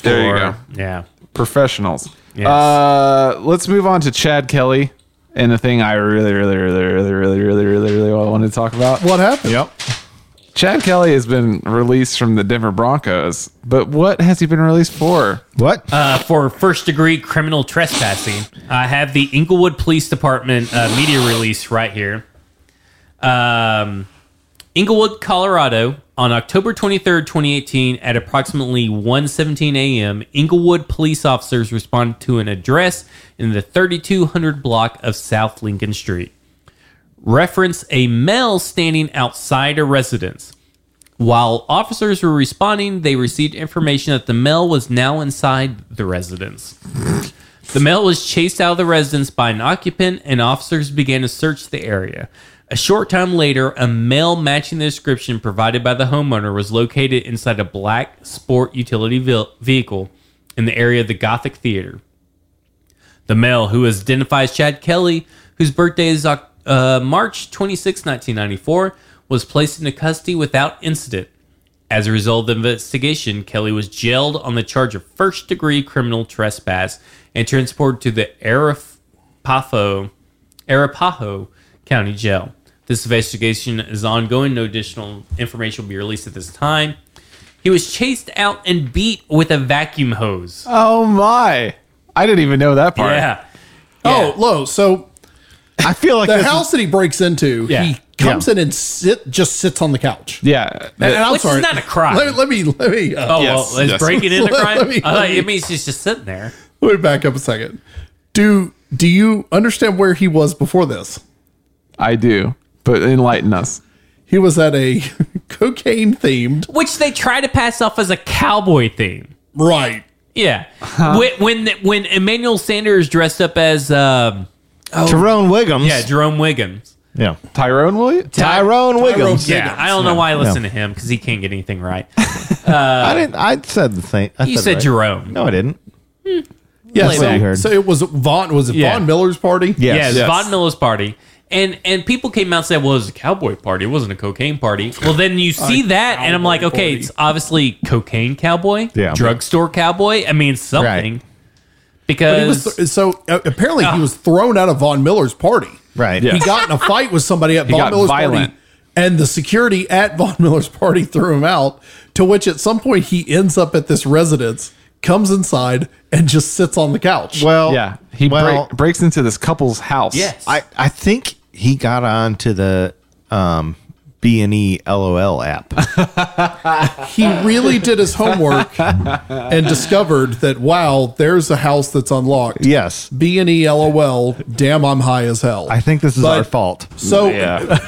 S1: There you
S3: Or-
S1: go.
S3: Yeah.
S1: Professionals.
S3: Yes.
S1: Uh, let's move on to Chad Kelly and the thing I really, really, really, really, really, really, really, really want to talk about.
S2: What happened?
S4: Yep.
S1: Chad Kelly has been released from the Denver Broncos, but what has he been released for?
S4: What?
S3: uh, for first degree criminal trespassing. I have the Inglewood Police Department uh, media release right here. Um, Inglewood, Colorado, on October 23rd, 2018, at approximately 1:17 a.m., Inglewood police officers responded to an address in the 3200 block of South Lincoln Street. Reference a male standing outside a residence. While officers were responding, they received information that the male was now inside the residence. The male was chased out of the residence by an occupant, and officers began to search the area. A short time later, a male matching the description provided by the homeowner was located inside a black sport utility vil- vehicle in the area of the Gothic Theater. The male, who is identified as Chad Kelly, whose birthday is Oc- uh, March 26, 1994, was placed into custody without incident. As a result of the investigation, Kelly was jailed on the charge of first degree criminal trespass and transported to the Arapaho, Arapaho County Jail. This investigation is ongoing. No additional information will be released at this time. He was chased out and beat with a vacuum hose.
S1: Oh my! I didn't even know that part.
S3: yeah.
S2: Oh, low. So
S4: I feel like
S2: the
S4: this is-
S2: house that he breaks into,
S3: Yeah.
S2: he comes in and sit just sits on the couch.
S1: yeah.
S2: And, and I'm
S3: Which is
S2: sorry,
S3: not a crime.
S2: Let, let me let me uh,
S3: Oh
S1: Yes,
S3: well, is
S1: yes.
S3: breaking in a crime?
S2: Let me-
S3: I thought it means he's just sitting there.
S2: let me back up a second. Do do you understand where he was before this?
S1: I do, but enlighten us.
S2: He was at a cocaine themed
S3: Which they try to pass off as a cowboy theme.
S2: right.
S3: Yeah. When when, when Emmanuel Sanders dressed up as um,
S4: Tyrone Wiggums.
S3: yeah Jerome Wiggins.
S4: Yeah.
S1: Tyrone Williams.
S4: Tyrone Wiggums.
S3: Yeah, I don't know why I listen
S4: No.
S3: to him because he can't get anything right.
S4: I didn't. I said the thing. I
S3: You
S4: it
S3: said
S4: right.
S3: Jerome.
S4: No, I didn't.
S2: Yeah,
S4: That's what you
S2: so,
S4: heard.
S2: so it was Vaughn. Was it
S3: Yeah.
S2: Vaughn Miller's party?
S4: Yes.
S3: Yeah, it's
S1: Yes.
S3: Von Miller's party. And and people came out and said, well, it was a cowboy party. It wasn't a cocaine party. Well, then you see that, and I'm like,
S2: cowboy
S3: okay,
S2: party.
S3: it's obviously cocaine cowboy,
S4: Yeah.
S3: drugstore cowboy. I mean, something. Because
S2: He was th- so uh, apparently he was thrown out of Von Miller's party.
S4: Right.
S1: Yeah.
S2: He got in a fight with somebody at Von
S1: got
S2: Miller's
S1: violent.
S2: party, and the security at Von Miller's party threw him out. To which, at some point, he ends up at this residence, comes inside, and just sits on the couch.
S4: Well.
S1: Yeah, he
S4: well,
S1: break, breaks into this couple's house.
S3: yes.
S4: I I think he got on to the um B and E LOL app.
S2: he really did his homework and discovered that wow, there's a house that's unlocked.
S4: yes,
S2: B and E LOL. Damn, I'm high as hell.
S4: I think this is
S2: But-
S4: our fault.
S2: so.
S1: Yeah.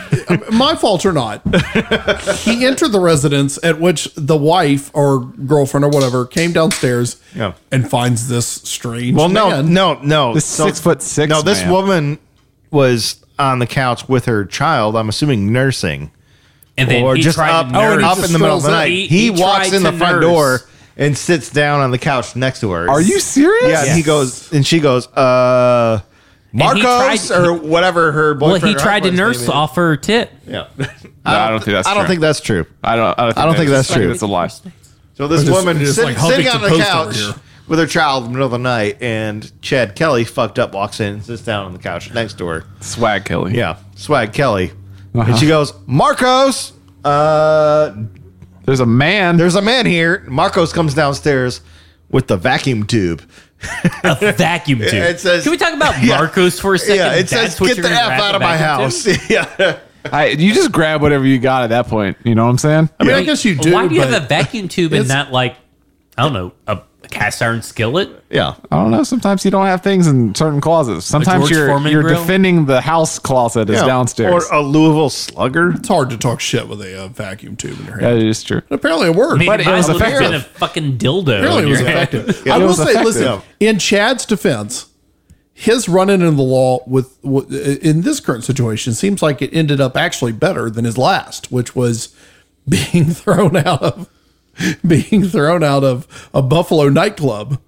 S2: My fault or not, he entered the residence at which the wife or girlfriend or whatever came downstairs
S4: Yeah.
S2: and finds this strange.
S4: Well, no,
S2: man.
S4: no, no.
S1: This six foot six
S4: No, this
S1: man.
S4: woman was on the couch with her child. I'm assuming nursing,
S3: And then
S4: or
S3: he
S4: just
S3: tried
S4: up,
S3: to nurse.
S4: up in the middle of the night.
S3: He-
S4: He,
S3: he
S4: walks
S3: tried
S4: in the
S3: to
S4: front
S3: nurse.
S4: door and sits down on the couch next to her.
S1: Are you serious?
S4: Yeah. And he
S3: Yes.
S4: goes, and she goes, uh,
S3: he
S4: Marcos
S3: tried-
S4: or whatever her
S3: Well, he
S4: boyfriend. or
S3: tried to
S4: husband's
S3: nurse
S4: name is.
S3: off her tit.
S4: Yeah.
S1: No, I don't think that's.
S4: I don't
S1: true.
S4: think that's true.
S1: I don't. I don't think,
S4: I don't think that's true.
S1: It's a lie.
S4: So this
S2: just-
S4: woman
S2: we're just,
S4: sit,
S2: like,
S4: sitting
S2: Huffington
S4: on the
S2: Post over
S4: couch
S2: here.
S4: with her child in the middle of the night, and Chad Kelly fucked up, walks in, and sits down on the couch next to her.
S1: Swag Kelly.
S4: Yeah, Uh-huh. Swag Kelly, and she goes, Marcos. Uh,
S1: There's a man.
S4: there's a man here. Marcos comes downstairs with the vacuum tube.
S3: A vacuum tube.
S4: it says-
S3: Can we talk about
S4: Yeah.
S3: Marcos for a second?
S4: Yeah, it
S3: That's
S4: says,
S3: what
S4: "Get
S3: you're
S4: the
S3: gonna
S4: f
S3: wrap
S4: out
S3: a
S4: of my
S3: vacuum tube?
S4: house." yeah,
S1: I, you just grab whatever you got at that point. You know what I'm saying?
S2: I mean, I guess you do.
S3: Why do you have
S2: but-
S3: a vacuum tube and
S2: It's-
S3: not like I don't know a cast iron skillet?
S4: yeah.
S1: I don't know. Sometimes you don't have things in certain closets. Sometimes
S3: George
S1: you're
S3: Foreman
S1: you're
S3: grill?
S1: defending the house closet is
S4: Yeah.
S1: downstairs.
S4: or uh, a Louisville Slugger.
S2: It's hard to talk shit with a uh, vacuum tube in your hand.
S1: that is true.
S2: Apparently it worked.
S3: Maybe
S1: But it
S3: mine
S1: was
S3: would have been a
S1: effective.
S3: fucking dildo.
S2: Apparently
S3: in
S2: it was
S3: your hand.
S2: effective.
S4: Yeah,
S2: I
S4: it
S2: will
S4: was
S2: say, listen,
S4: effective.
S2: in Chad's defense, his running into the law with w- in this current situation seems like it ended up actually better than his last, which was being thrown out of being thrown out of a Buffalo nightclub.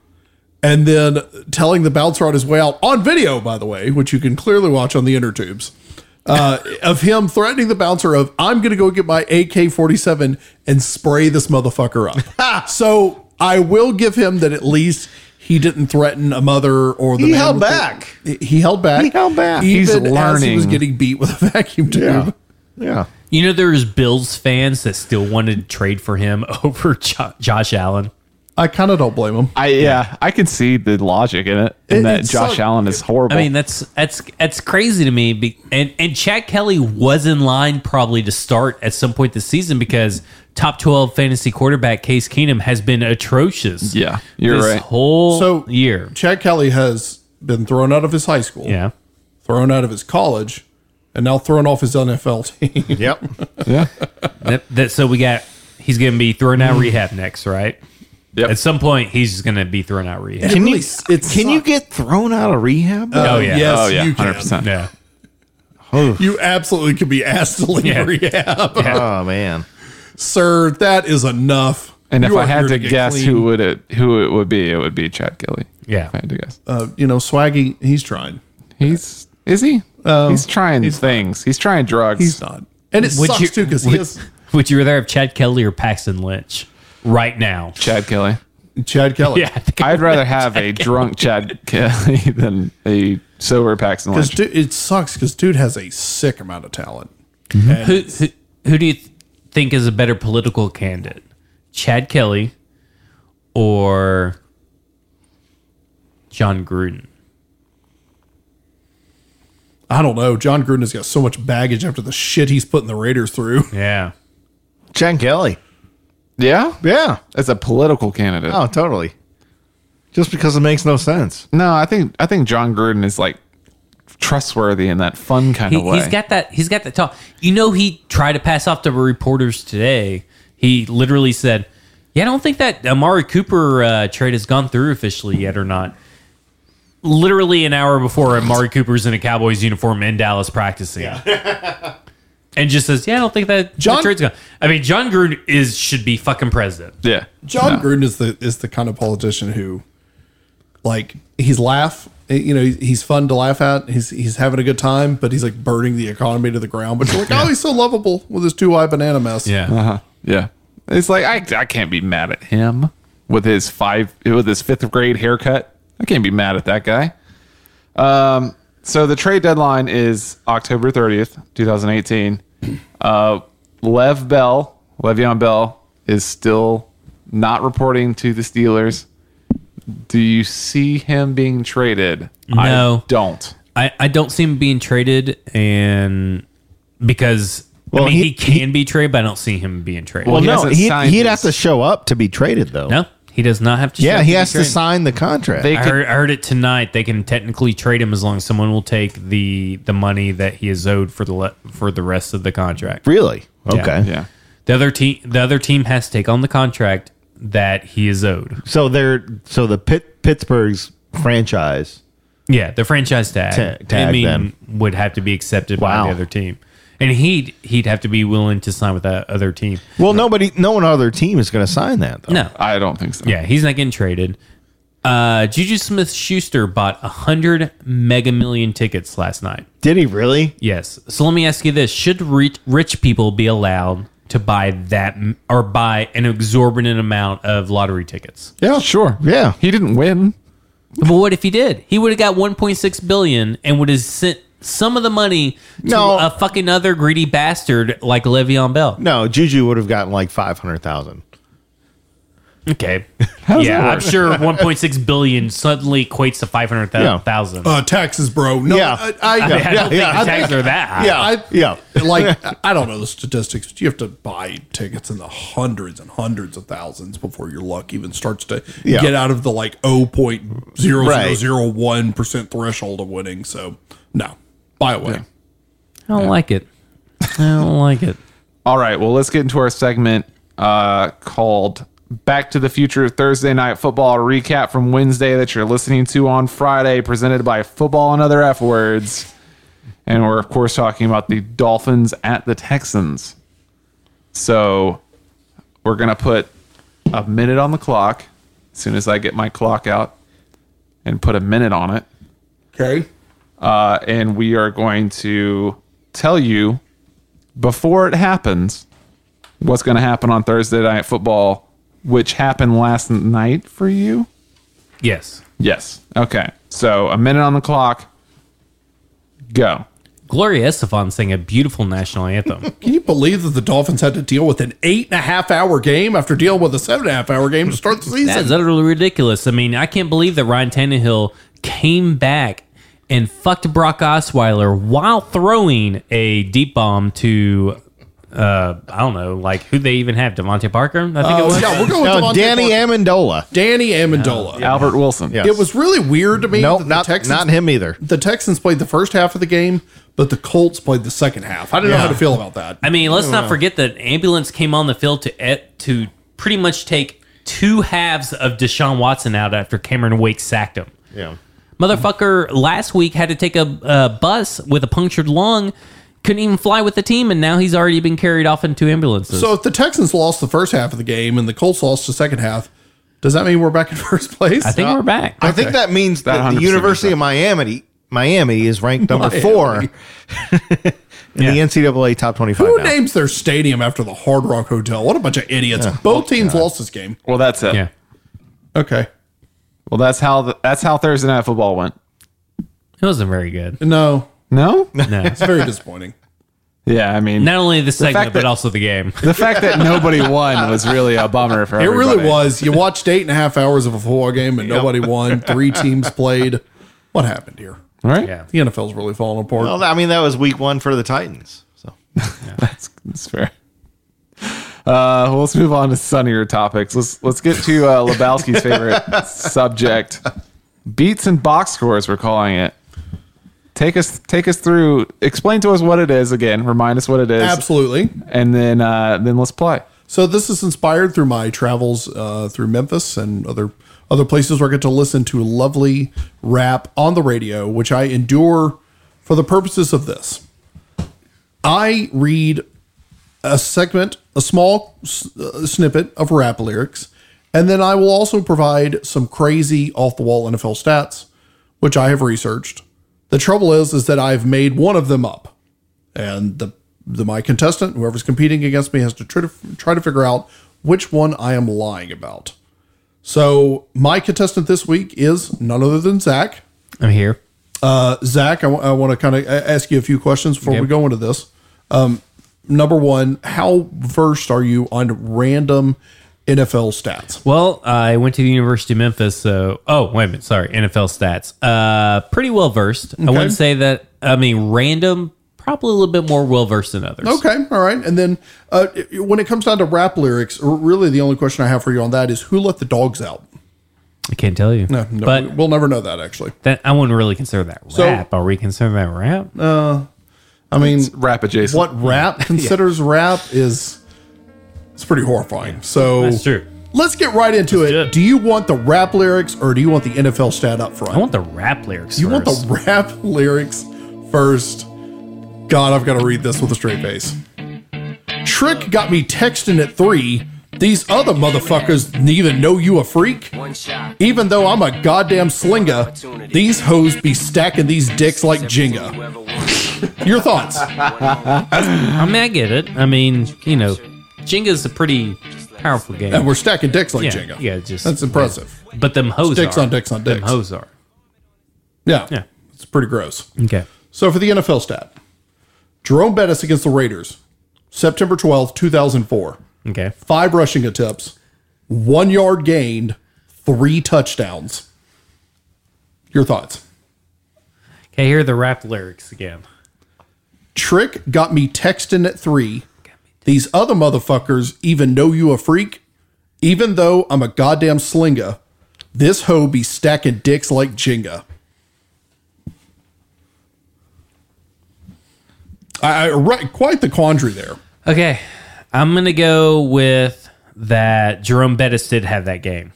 S2: And then telling the bouncer on his way out on video, by the way, which you can clearly watch on the inner tubes, uh, of him threatening the bouncer of I'm going to go get my AK-47 and spray this motherfucker up. so I will give him that at least he didn't threaten a mother or the
S4: He
S2: man
S4: held
S2: with the-
S4: back.
S2: he held back.
S4: He held back.
S2: Even
S1: He's
S2: as he was
S1: learning.
S2: getting beat with a vacuum tube.
S4: Yeah.
S3: You know, there's Bills fans that still wanted to trade for him over Jo- Josh Allen.
S2: I kind of don't blame him.
S1: I yeah, I can see the logic in it,
S2: It-
S1: and that
S2: it's
S1: Josh
S2: so-
S1: Allen is horrible.
S3: I mean, that's that's that's crazy to me. Be- And and Chad Kelly was in line probably to start at some point this season because top twelve fantasy quarterback Case Keenum has been atrocious.
S1: yeah, you're
S3: this
S1: right.
S3: whole
S2: So-
S3: year.
S2: Chad Kelly has been thrown out of his high school,
S3: Yeah,
S2: thrown out of his college, and now thrown off his NFL team.
S4: Yep.
S1: yeah,
S3: that, that so we got he's going to be thrown out of rehab next, right?
S1: Yep.
S3: At some point, he's just going to be thrown out of rehab.
S2: Can
S4: you- Can you get thrown out of rehab?
S3: oh yeah,
S2: Yes,
S1: oh yeah,
S2: you can.
S1: hundred percent.
S3: yeah.
S2: You absolutely could be asked to leave
S3: Yeah.
S2: rehab.
S4: oh man.
S2: Sir, that is enough.
S1: And if
S2: You
S1: I
S2: are
S1: had
S2: here
S1: to
S2: get
S1: guess
S2: clean.
S1: who would it who it would be, it would be Chad Kelly.
S3: Yeah.
S1: if I had to guess.
S2: uh, you know, Swaggy, he's trying.
S1: he's is he? he's trying things. He's trying drugs.
S2: He's not. And it
S3: Would
S2: sucks
S3: you-
S2: too because he
S3: would-
S2: is
S3: Would you rather have Chad Kelly or Paxton Lynch right now?
S1: Chad Kelly.
S2: Chad Kelly.
S3: Yeah, I think
S1: I'd rather have a drunk Chad Kelly than a sober Paxton
S2: Because
S1: Lynch.
S2: du- it sucks because dude has a sick amount of talent.
S3: who, who, who do you th- think is a better political candidate? Chad Kelly or John Gruden?
S2: I don't know. John Gruden has got so much baggage after the shit he's putting the Raiders through.
S3: Yeah.
S4: Jen Kelly.
S1: Yeah,
S4: Yeah.
S1: as a political candidate.
S4: Oh, totally. Just because it makes no sense.
S1: No, I think I think John Gruden is like trustworthy in that fun kind
S3: He,
S1: of way.
S3: he's got that he's got that talk. You know he tried to pass off to reporters today. He literally said, "Yeah, I don't think that Amari Cooper uh, trade has gone through officially yet or not." Literally an hour before Amari Cooper's in a Cowboys uniform in Dallas practicing. and just says, "Yeah, I don't think that John
S2: John-
S3: trade's gone." I mean, John Gruden is should be fucking president.
S1: yeah,
S2: John
S1: No.
S2: Gruden is the is the kind of politician who, like, he's laugh. You know, he's fun to laugh at. He's he's having a good time, but he's like burning the economy to the ground. But you're like, oh, he's so lovable with his two eye banana mess.
S1: Uh-huh. Yeah. It's like I I can't be mad at him with his five with his fifth grade haircut. I can't be mad at that guy. Um so the trade deadline is October 30th, 2018. Uh Lev Bell, Le'Veon Bell is still not reporting to the Steelers. Do you see him being traded?
S3: No.
S1: I don't.
S3: I, I don't see him being traded and because I mean,
S4: he-
S3: he, can be traded, but I don't see him being traded.
S1: Well,
S4: Well,
S1: he
S4: no,
S1: hasn't
S4: he,
S1: signed
S4: he'd
S1: his-
S4: have to show up to be traded, though.
S3: no, he does not have to. show
S4: Yeah,
S3: up
S4: he
S3: be
S4: has to
S3: traded.
S4: sign the contract.
S1: They
S3: I
S1: could,
S3: heard, I heard it tonight. They can technically trade him as long as someone will take the the money that he is owed for the le- for the rest of the contract.
S4: really? Okay.
S1: yeah.
S3: The other team the other team has to take on the contract that he is owed.
S4: So they're so the Pit, Pittsburgh's franchise.
S3: Yeah, the franchise tag.
S4: Ta- tag
S3: I mean,
S4: them.
S3: would have to be accepted
S4: Wow.
S3: by the other team, and he'd he'd have to be willing to sign with that other team.
S4: Well, nobody, no one other team is going to sign that. Though.
S3: No,
S1: I don't think so.
S3: yeah, he's not getting traded. Uh, Juju Smith Schuster bought hundred mega million tickets last night.
S4: Did he really?
S3: Yes. So let me ask you this: Should rich, rich people be allowed to buy that m- or buy an exorbitant amount of lottery tickets?
S1: Yeah, sure.
S4: Yeah.
S1: He didn't win.
S3: But what if he did? He would have got 1.6 billion and would have sent some of the money to
S4: No.
S3: a fucking other greedy bastard like Le'Veon Bell.
S4: No, Juju would have gotten like five hundred thousand.
S3: Okay.
S1: does
S3: yeah,
S1: that
S3: I'm sure 1.6 billion suddenly equates to 500,000.
S2: Uh, taxes, bro. No,
S4: Yeah.
S2: I, I,
S3: I, mean, I don't
S4: yeah,
S3: think
S4: yeah, I
S3: the tags are that high.
S4: Yeah,
S2: I-
S4: yeah.
S2: like I don't know the statistics, but you have to buy tickets in the hundreds and hundreds of thousands before your luck even starts to
S4: Yeah.
S2: get out of the like 0.0001 percent threshold of winning. So no, by the way,
S3: I don't like it. I don't like it.
S1: All right. Well, let's get into our segment uh, called Back to the Future Thursday Night Football recap from Wednesday that you're listening to on Friday, presented by Football and Other F Words. And we're, of course, talking about the Dolphins at the Texans. So we're going to put a minute on the clock as soon as I get my clock out and put a minute on it.
S2: okay,
S1: Uh, and we are going to tell you before it happens what's going to happen on Thursday Night Football, which happened last night for you.
S3: Yes.
S1: Yes. Okay. So a minute on the clock. Go.
S3: Gloria Estefan sang a beautiful national anthem.
S2: can you believe that the Dolphins had to deal with an eight and a half hour game after dealing with a seven and a half hour game to start the
S3: That's
S2: season?
S3: utterly ridiculous. I mean, I can't believe that Ryan Tannehill came back and fucked Brock Osweiler while throwing a deep bomb to, uh, I don't know, like who they even have, Devontae Parker. I think it was.
S2: yeah, we're going with
S4: No,
S2: Devontae
S4: Danny
S2: Parker.
S4: Amendola.
S2: Danny Amendola.
S1: Albert Wilson.
S4: Yeah.
S2: It was really weird to me.
S4: No,
S2: that the
S4: not
S2: Texans-
S4: not him either.
S2: the Texans played the first half of the game, but the Colts played the second half. I don't know how to feel about that.
S3: I mean, let's not forget that ambulance came on the field to et- to pretty much take two halves of Deshaun Watson out after Cameron Wake sacked him.
S4: Yeah.
S3: Motherfucker last week had to take a, a bus with a punctured lung, couldn't even fly with the team, and now he's already been carried off in two ambulances.
S2: so if the Texans lost the first half of the game and the Colts lost the second half, does that mean we're back in first place?
S3: I think we're back.
S4: I think that means
S1: That
S4: that, the
S1: 100%
S4: University
S1: is
S4: of Miami Miami is ranked number
S2: Miami.
S4: four in the NCAA top twenty-five.
S2: Who
S4: now.
S2: names their stadium after the Hard Rock Hotel? What a bunch of idiots! Both teams lost this game.
S1: Well, that's it.
S3: yeah.
S2: Okay,
S1: Well, that's how the, that's how Thursday Night Football went.
S3: It wasn't very good.
S2: no,
S1: No.
S3: No.
S2: it's very disappointing.
S1: yeah. I mean,
S3: Not only the segment,
S1: fact
S3: but
S1: that-
S3: also the game.
S1: the fact that nobody won was really a bummer for
S2: It
S1: everybody.
S2: really was. You watched eight and a half hours of a football game and nobody won. Three teams played. What happened here?
S1: Right.
S3: Yeah.
S2: The NFL's really falling apart.
S4: Well, I mean, that was week one for the Titans. So
S1: That's, that's fair. Uh, well, let's move on to sunnier topics. Let's let's get to uh, Lebowski's favorite subject: beats and box scores. We're calling it. Take us take us through. Explain to us what it is again. Remind us what it is,
S2: Absolutely.
S1: and then uh, then let's play.
S2: So this is inspired through my travels uh, through Memphis and other other places where I get to listen to lovely rap on the radio, which I endure for the purposes of this. I read a segment, a small s- uh, snippet of rap lyrics, and then I will also provide some crazy off the wall NFL stats, which I have researched. The trouble is, is that I've made one of them up, and the, the my contestant, whoever's competing against me, has to try to try to figure out which one I am lying about. So my contestant this week is none other than Zach.
S3: I'm here.
S2: Uh, Zach, I want to kind of ask you a few questions before we
S3: Yep.
S2: go into this. Um, number one, how versed are you on random NFL stats?
S3: Well, I went to the University of Memphis, so oh wait a minute, sorry, NFL stats. Uh, pretty well versed. I wouldn't say that. I mean, random probably a little bit more well versed than others.
S2: Okay, all right. And then uh, i- when it comes down to rap lyrics, r- really the only question I have for you on that is who let the dogs out? Uh,
S3: I can't tell you.
S2: No, no
S3: but
S2: we- we'll never know that actually.
S3: that I wouldn't really consider that rap. Are we considering that rap?
S2: I mean,
S1: Rap adjacent.
S2: what rap considers rap is it's pretty horrifying. So
S3: That's true.
S2: Let's get right into it.
S3: do it.
S2: Do you want the rap lyrics or do you want the NFL stat up front?
S3: I want the rap lyrics.
S2: you
S3: first.
S2: want the rap lyrics first. God, I've got to read this with a straight face. Trick got me texting at three. These other motherfuckers neither know you a freak.
S5: One shot.
S2: Even though I'm a goddamn slinger, these hoes be stacking these dicks like Jenga. Your thoughts?
S3: I mean, I get it. I mean, you know, Jenga's a pretty powerful game.
S2: And we're stacking dicks like
S3: yeah,
S2: Jenga.
S3: yeah, just
S2: That's impressive.
S3: But them hoes
S2: Dicks
S3: are.
S2: on dicks on
S3: Them
S2: dicks.
S3: hoes are.
S2: Yeah.
S3: Yeah.
S2: It's pretty gross.
S3: Okay.
S2: So for the NFL stat, Jerome Bettis against the Raiders, September 12th, 2004.
S3: Okay.
S2: Five rushing attempts, one yard gained, three touchdowns. Your thoughts?
S3: Okay. Here are the rap lyrics again.
S2: Trick got me texting at three. These other motherfuckers even know you a freak. Even though I'm a goddamn slinger, this hoe be stacking dicks like Jenga. I, I right, quite the quandary there.
S3: Okay. I'm gonna go with that. Jerome Bettis did have that game.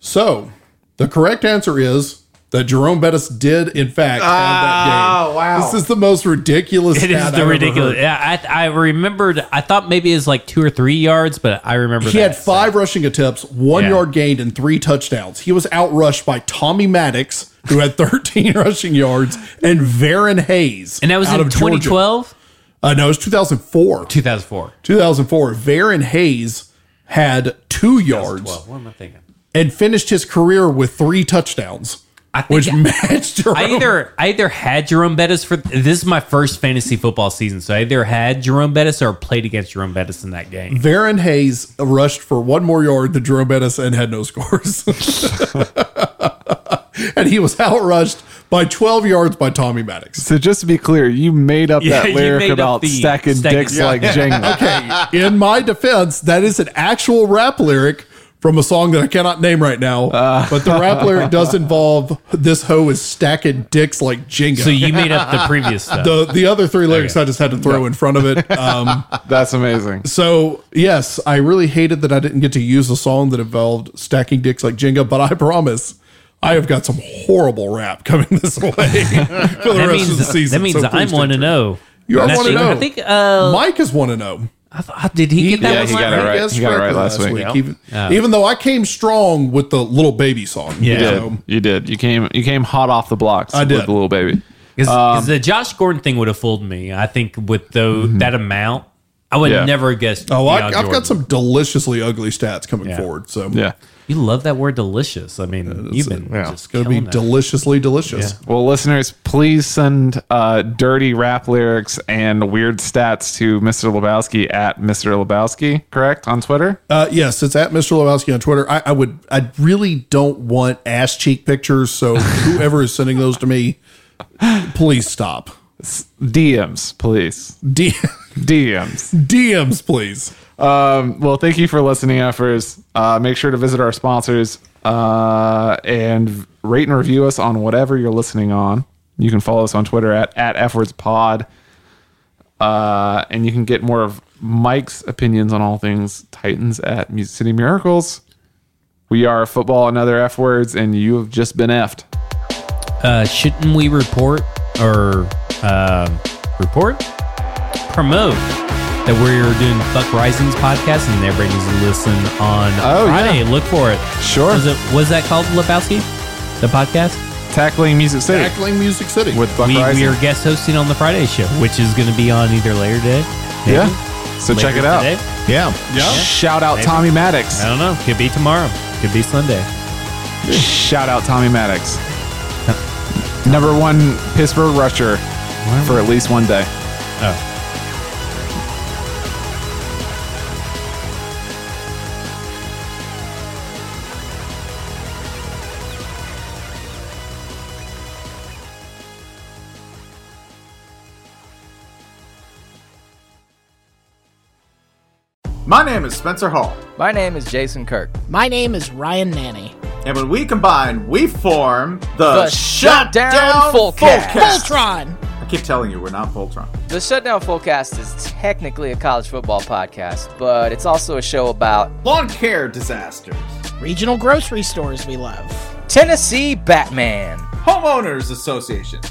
S2: So the correct answer is that Jerome Bettis did, in fact, have that game.
S1: wow.
S2: This is the most ridiculous.
S3: Ah, It is
S2: stat
S3: the
S2: I've ever
S3: ridiculous.
S2: heard.
S3: Yeah, I, I remembered. I thought maybe it was like two or three yards, but I remember
S2: He
S3: that.
S2: had five rushing attempts, one
S3: Yeah.
S2: yard gained, and three touchdowns. He was outrushed by Tommy Maddox, who had 13 rushing yards, and Varen Hayes.
S3: and that was
S2: out
S3: in
S2: of Georgia.
S3: 2012,
S2: Uh, no, it was 2004.
S3: 2004.
S2: 2004. Varen Hayes had two yards
S3: 2012. What am I thinking?
S2: and finished his career with three touchdowns,
S3: I think
S2: which
S3: I-
S2: matched Jerome.
S3: I either I either had Jerome Bettis for this is my first fantasy football season, so I either had Jerome Bettis or played against Jerome Bettis in that game.
S2: Varen Hayes rushed for one more yard than Jerome Bettis and had no scores. and he was outrushed by 12 yards by Tommy Maddox.
S1: So just to be clear, you made up
S3: Yeah,
S1: that
S3: you
S1: lyric
S3: made up
S1: about
S3: the
S1: stacking
S3: stacking-
S1: dicks
S3: Yeah.
S1: like Jenga.
S2: Okay, in my defense, that is an actual rap lyric from a song that I cannot name right now.
S3: Uh.
S2: but the rap lyric does involve this hoe is stacking dicks like Jenga.
S3: So you made up the previous stuff.
S2: the, the other three lyrics
S3: Okay.
S2: I just had to throw in front of it. Um,
S1: That's amazing.
S2: So yes, I really hated that I didn't get to use a song that involved stacking dicks like Jenga, but I promise I have got some horrible rap coming this way for the
S3: that
S2: rest
S3: means
S2: of the season.
S3: that means
S2: so
S3: I'm
S2: please
S3: one
S2: stay
S3: to
S2: tuned.
S3: know.
S2: You are
S3: That's
S2: one to
S3: true.
S2: know.
S3: I think. Uh,
S2: Mike is one oh. to know.
S3: I thought, did he get that
S1: yeah,
S3: one?
S1: he
S3: right?
S1: got it right.
S2: Yes,
S1: He got it right
S2: correctly
S1: last week.
S2: Even, even though I came strong with the little baby song.
S3: Yeah.
S1: You
S2: So,
S1: did. You did. You came. You came hot off the blocks.
S2: I
S1: With
S2: did.
S1: the little baby.
S3: Because
S2: Um,
S3: the Josh Gordon thing would have fooled me. I think with though that amount, I would
S1: Yeah.
S3: never have guessed.
S2: Mm-hmm. oh, I,
S3: Deion
S2: I've
S3: Jordan.
S2: got some deliciously ugly stats coming
S3: Yeah.
S2: forward. So
S1: Yeah.
S3: You love that word, delicious. I mean, you've been
S4: yeah.
S3: just
S2: Gonna be
S3: killing that.
S2: deliciously delicious.
S1: Well, listeners, please send uh, dirty rap lyrics and weird stats to Mr. Lebowski at Mr. Lebowski, correct? On Twitter?
S2: Uh, yes, it's at Mr. Lebowski on Twitter. I, I would, I really don't want ass cheek pictures. So whoever is sending those to me, please stop.
S1: DMs, please.
S2: D-
S1: DMs.
S2: DMs, please.
S1: Um, well, thank you for listening, efforts. Uh, make sure to visit our sponsors uh, and rate and review us on whatever you're listening on. You can follow us on Twitter at, at FWordsPod. Uh, and you can get more of Mike's opinions on all things Titans at Music City Miracles. We are football and other F words, and you have just been effed.
S3: uh, shouldn't we report or um report promote that we're doing Buck Risings podcast and everybody needs to listen on
S1: Oh,
S3: Friday. Look for it.
S1: Sure.
S3: Was it was that called Lebowski? The podcast
S1: Tackling Music City
S2: Tackling Music City.
S1: with Buck
S3: we,
S1: Rising.
S3: we are guest hosting on the Friday show, which is going to be on either later day. maybe,
S1: yeah. So check
S3: later
S1: it out.
S3: today.
S4: Yeah.
S2: yeah.
S1: Shout out Tommy Maddox.
S3: I don't know. Could be tomorrow. Could be Sunday.
S1: Shout out Tommy Maddox. Number one Pittsburgh rusher for at least one day.
S3: Oh.
S5: My name is Spencer Hall,
S6: My name is Jason Kirk.
S7: My name is Ryan Nanny.
S5: and when we combine, we form the,
S6: The
S5: Shutdown,
S6: Shutdown
S5: Fullcast.
S6: Fullcast.
S7: Voltron!
S5: I keep telling you, we're not Voltron.
S6: The Shutdown Fullcast is technically a college football podcast, but it's also a show about
S5: Lawn care disasters,
S7: Regional grocery stores we love.
S6: Tennessee Batman.
S5: homeowners associations,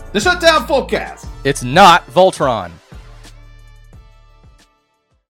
S5: The Shutdown Fullcast.
S6: It's not Voltron.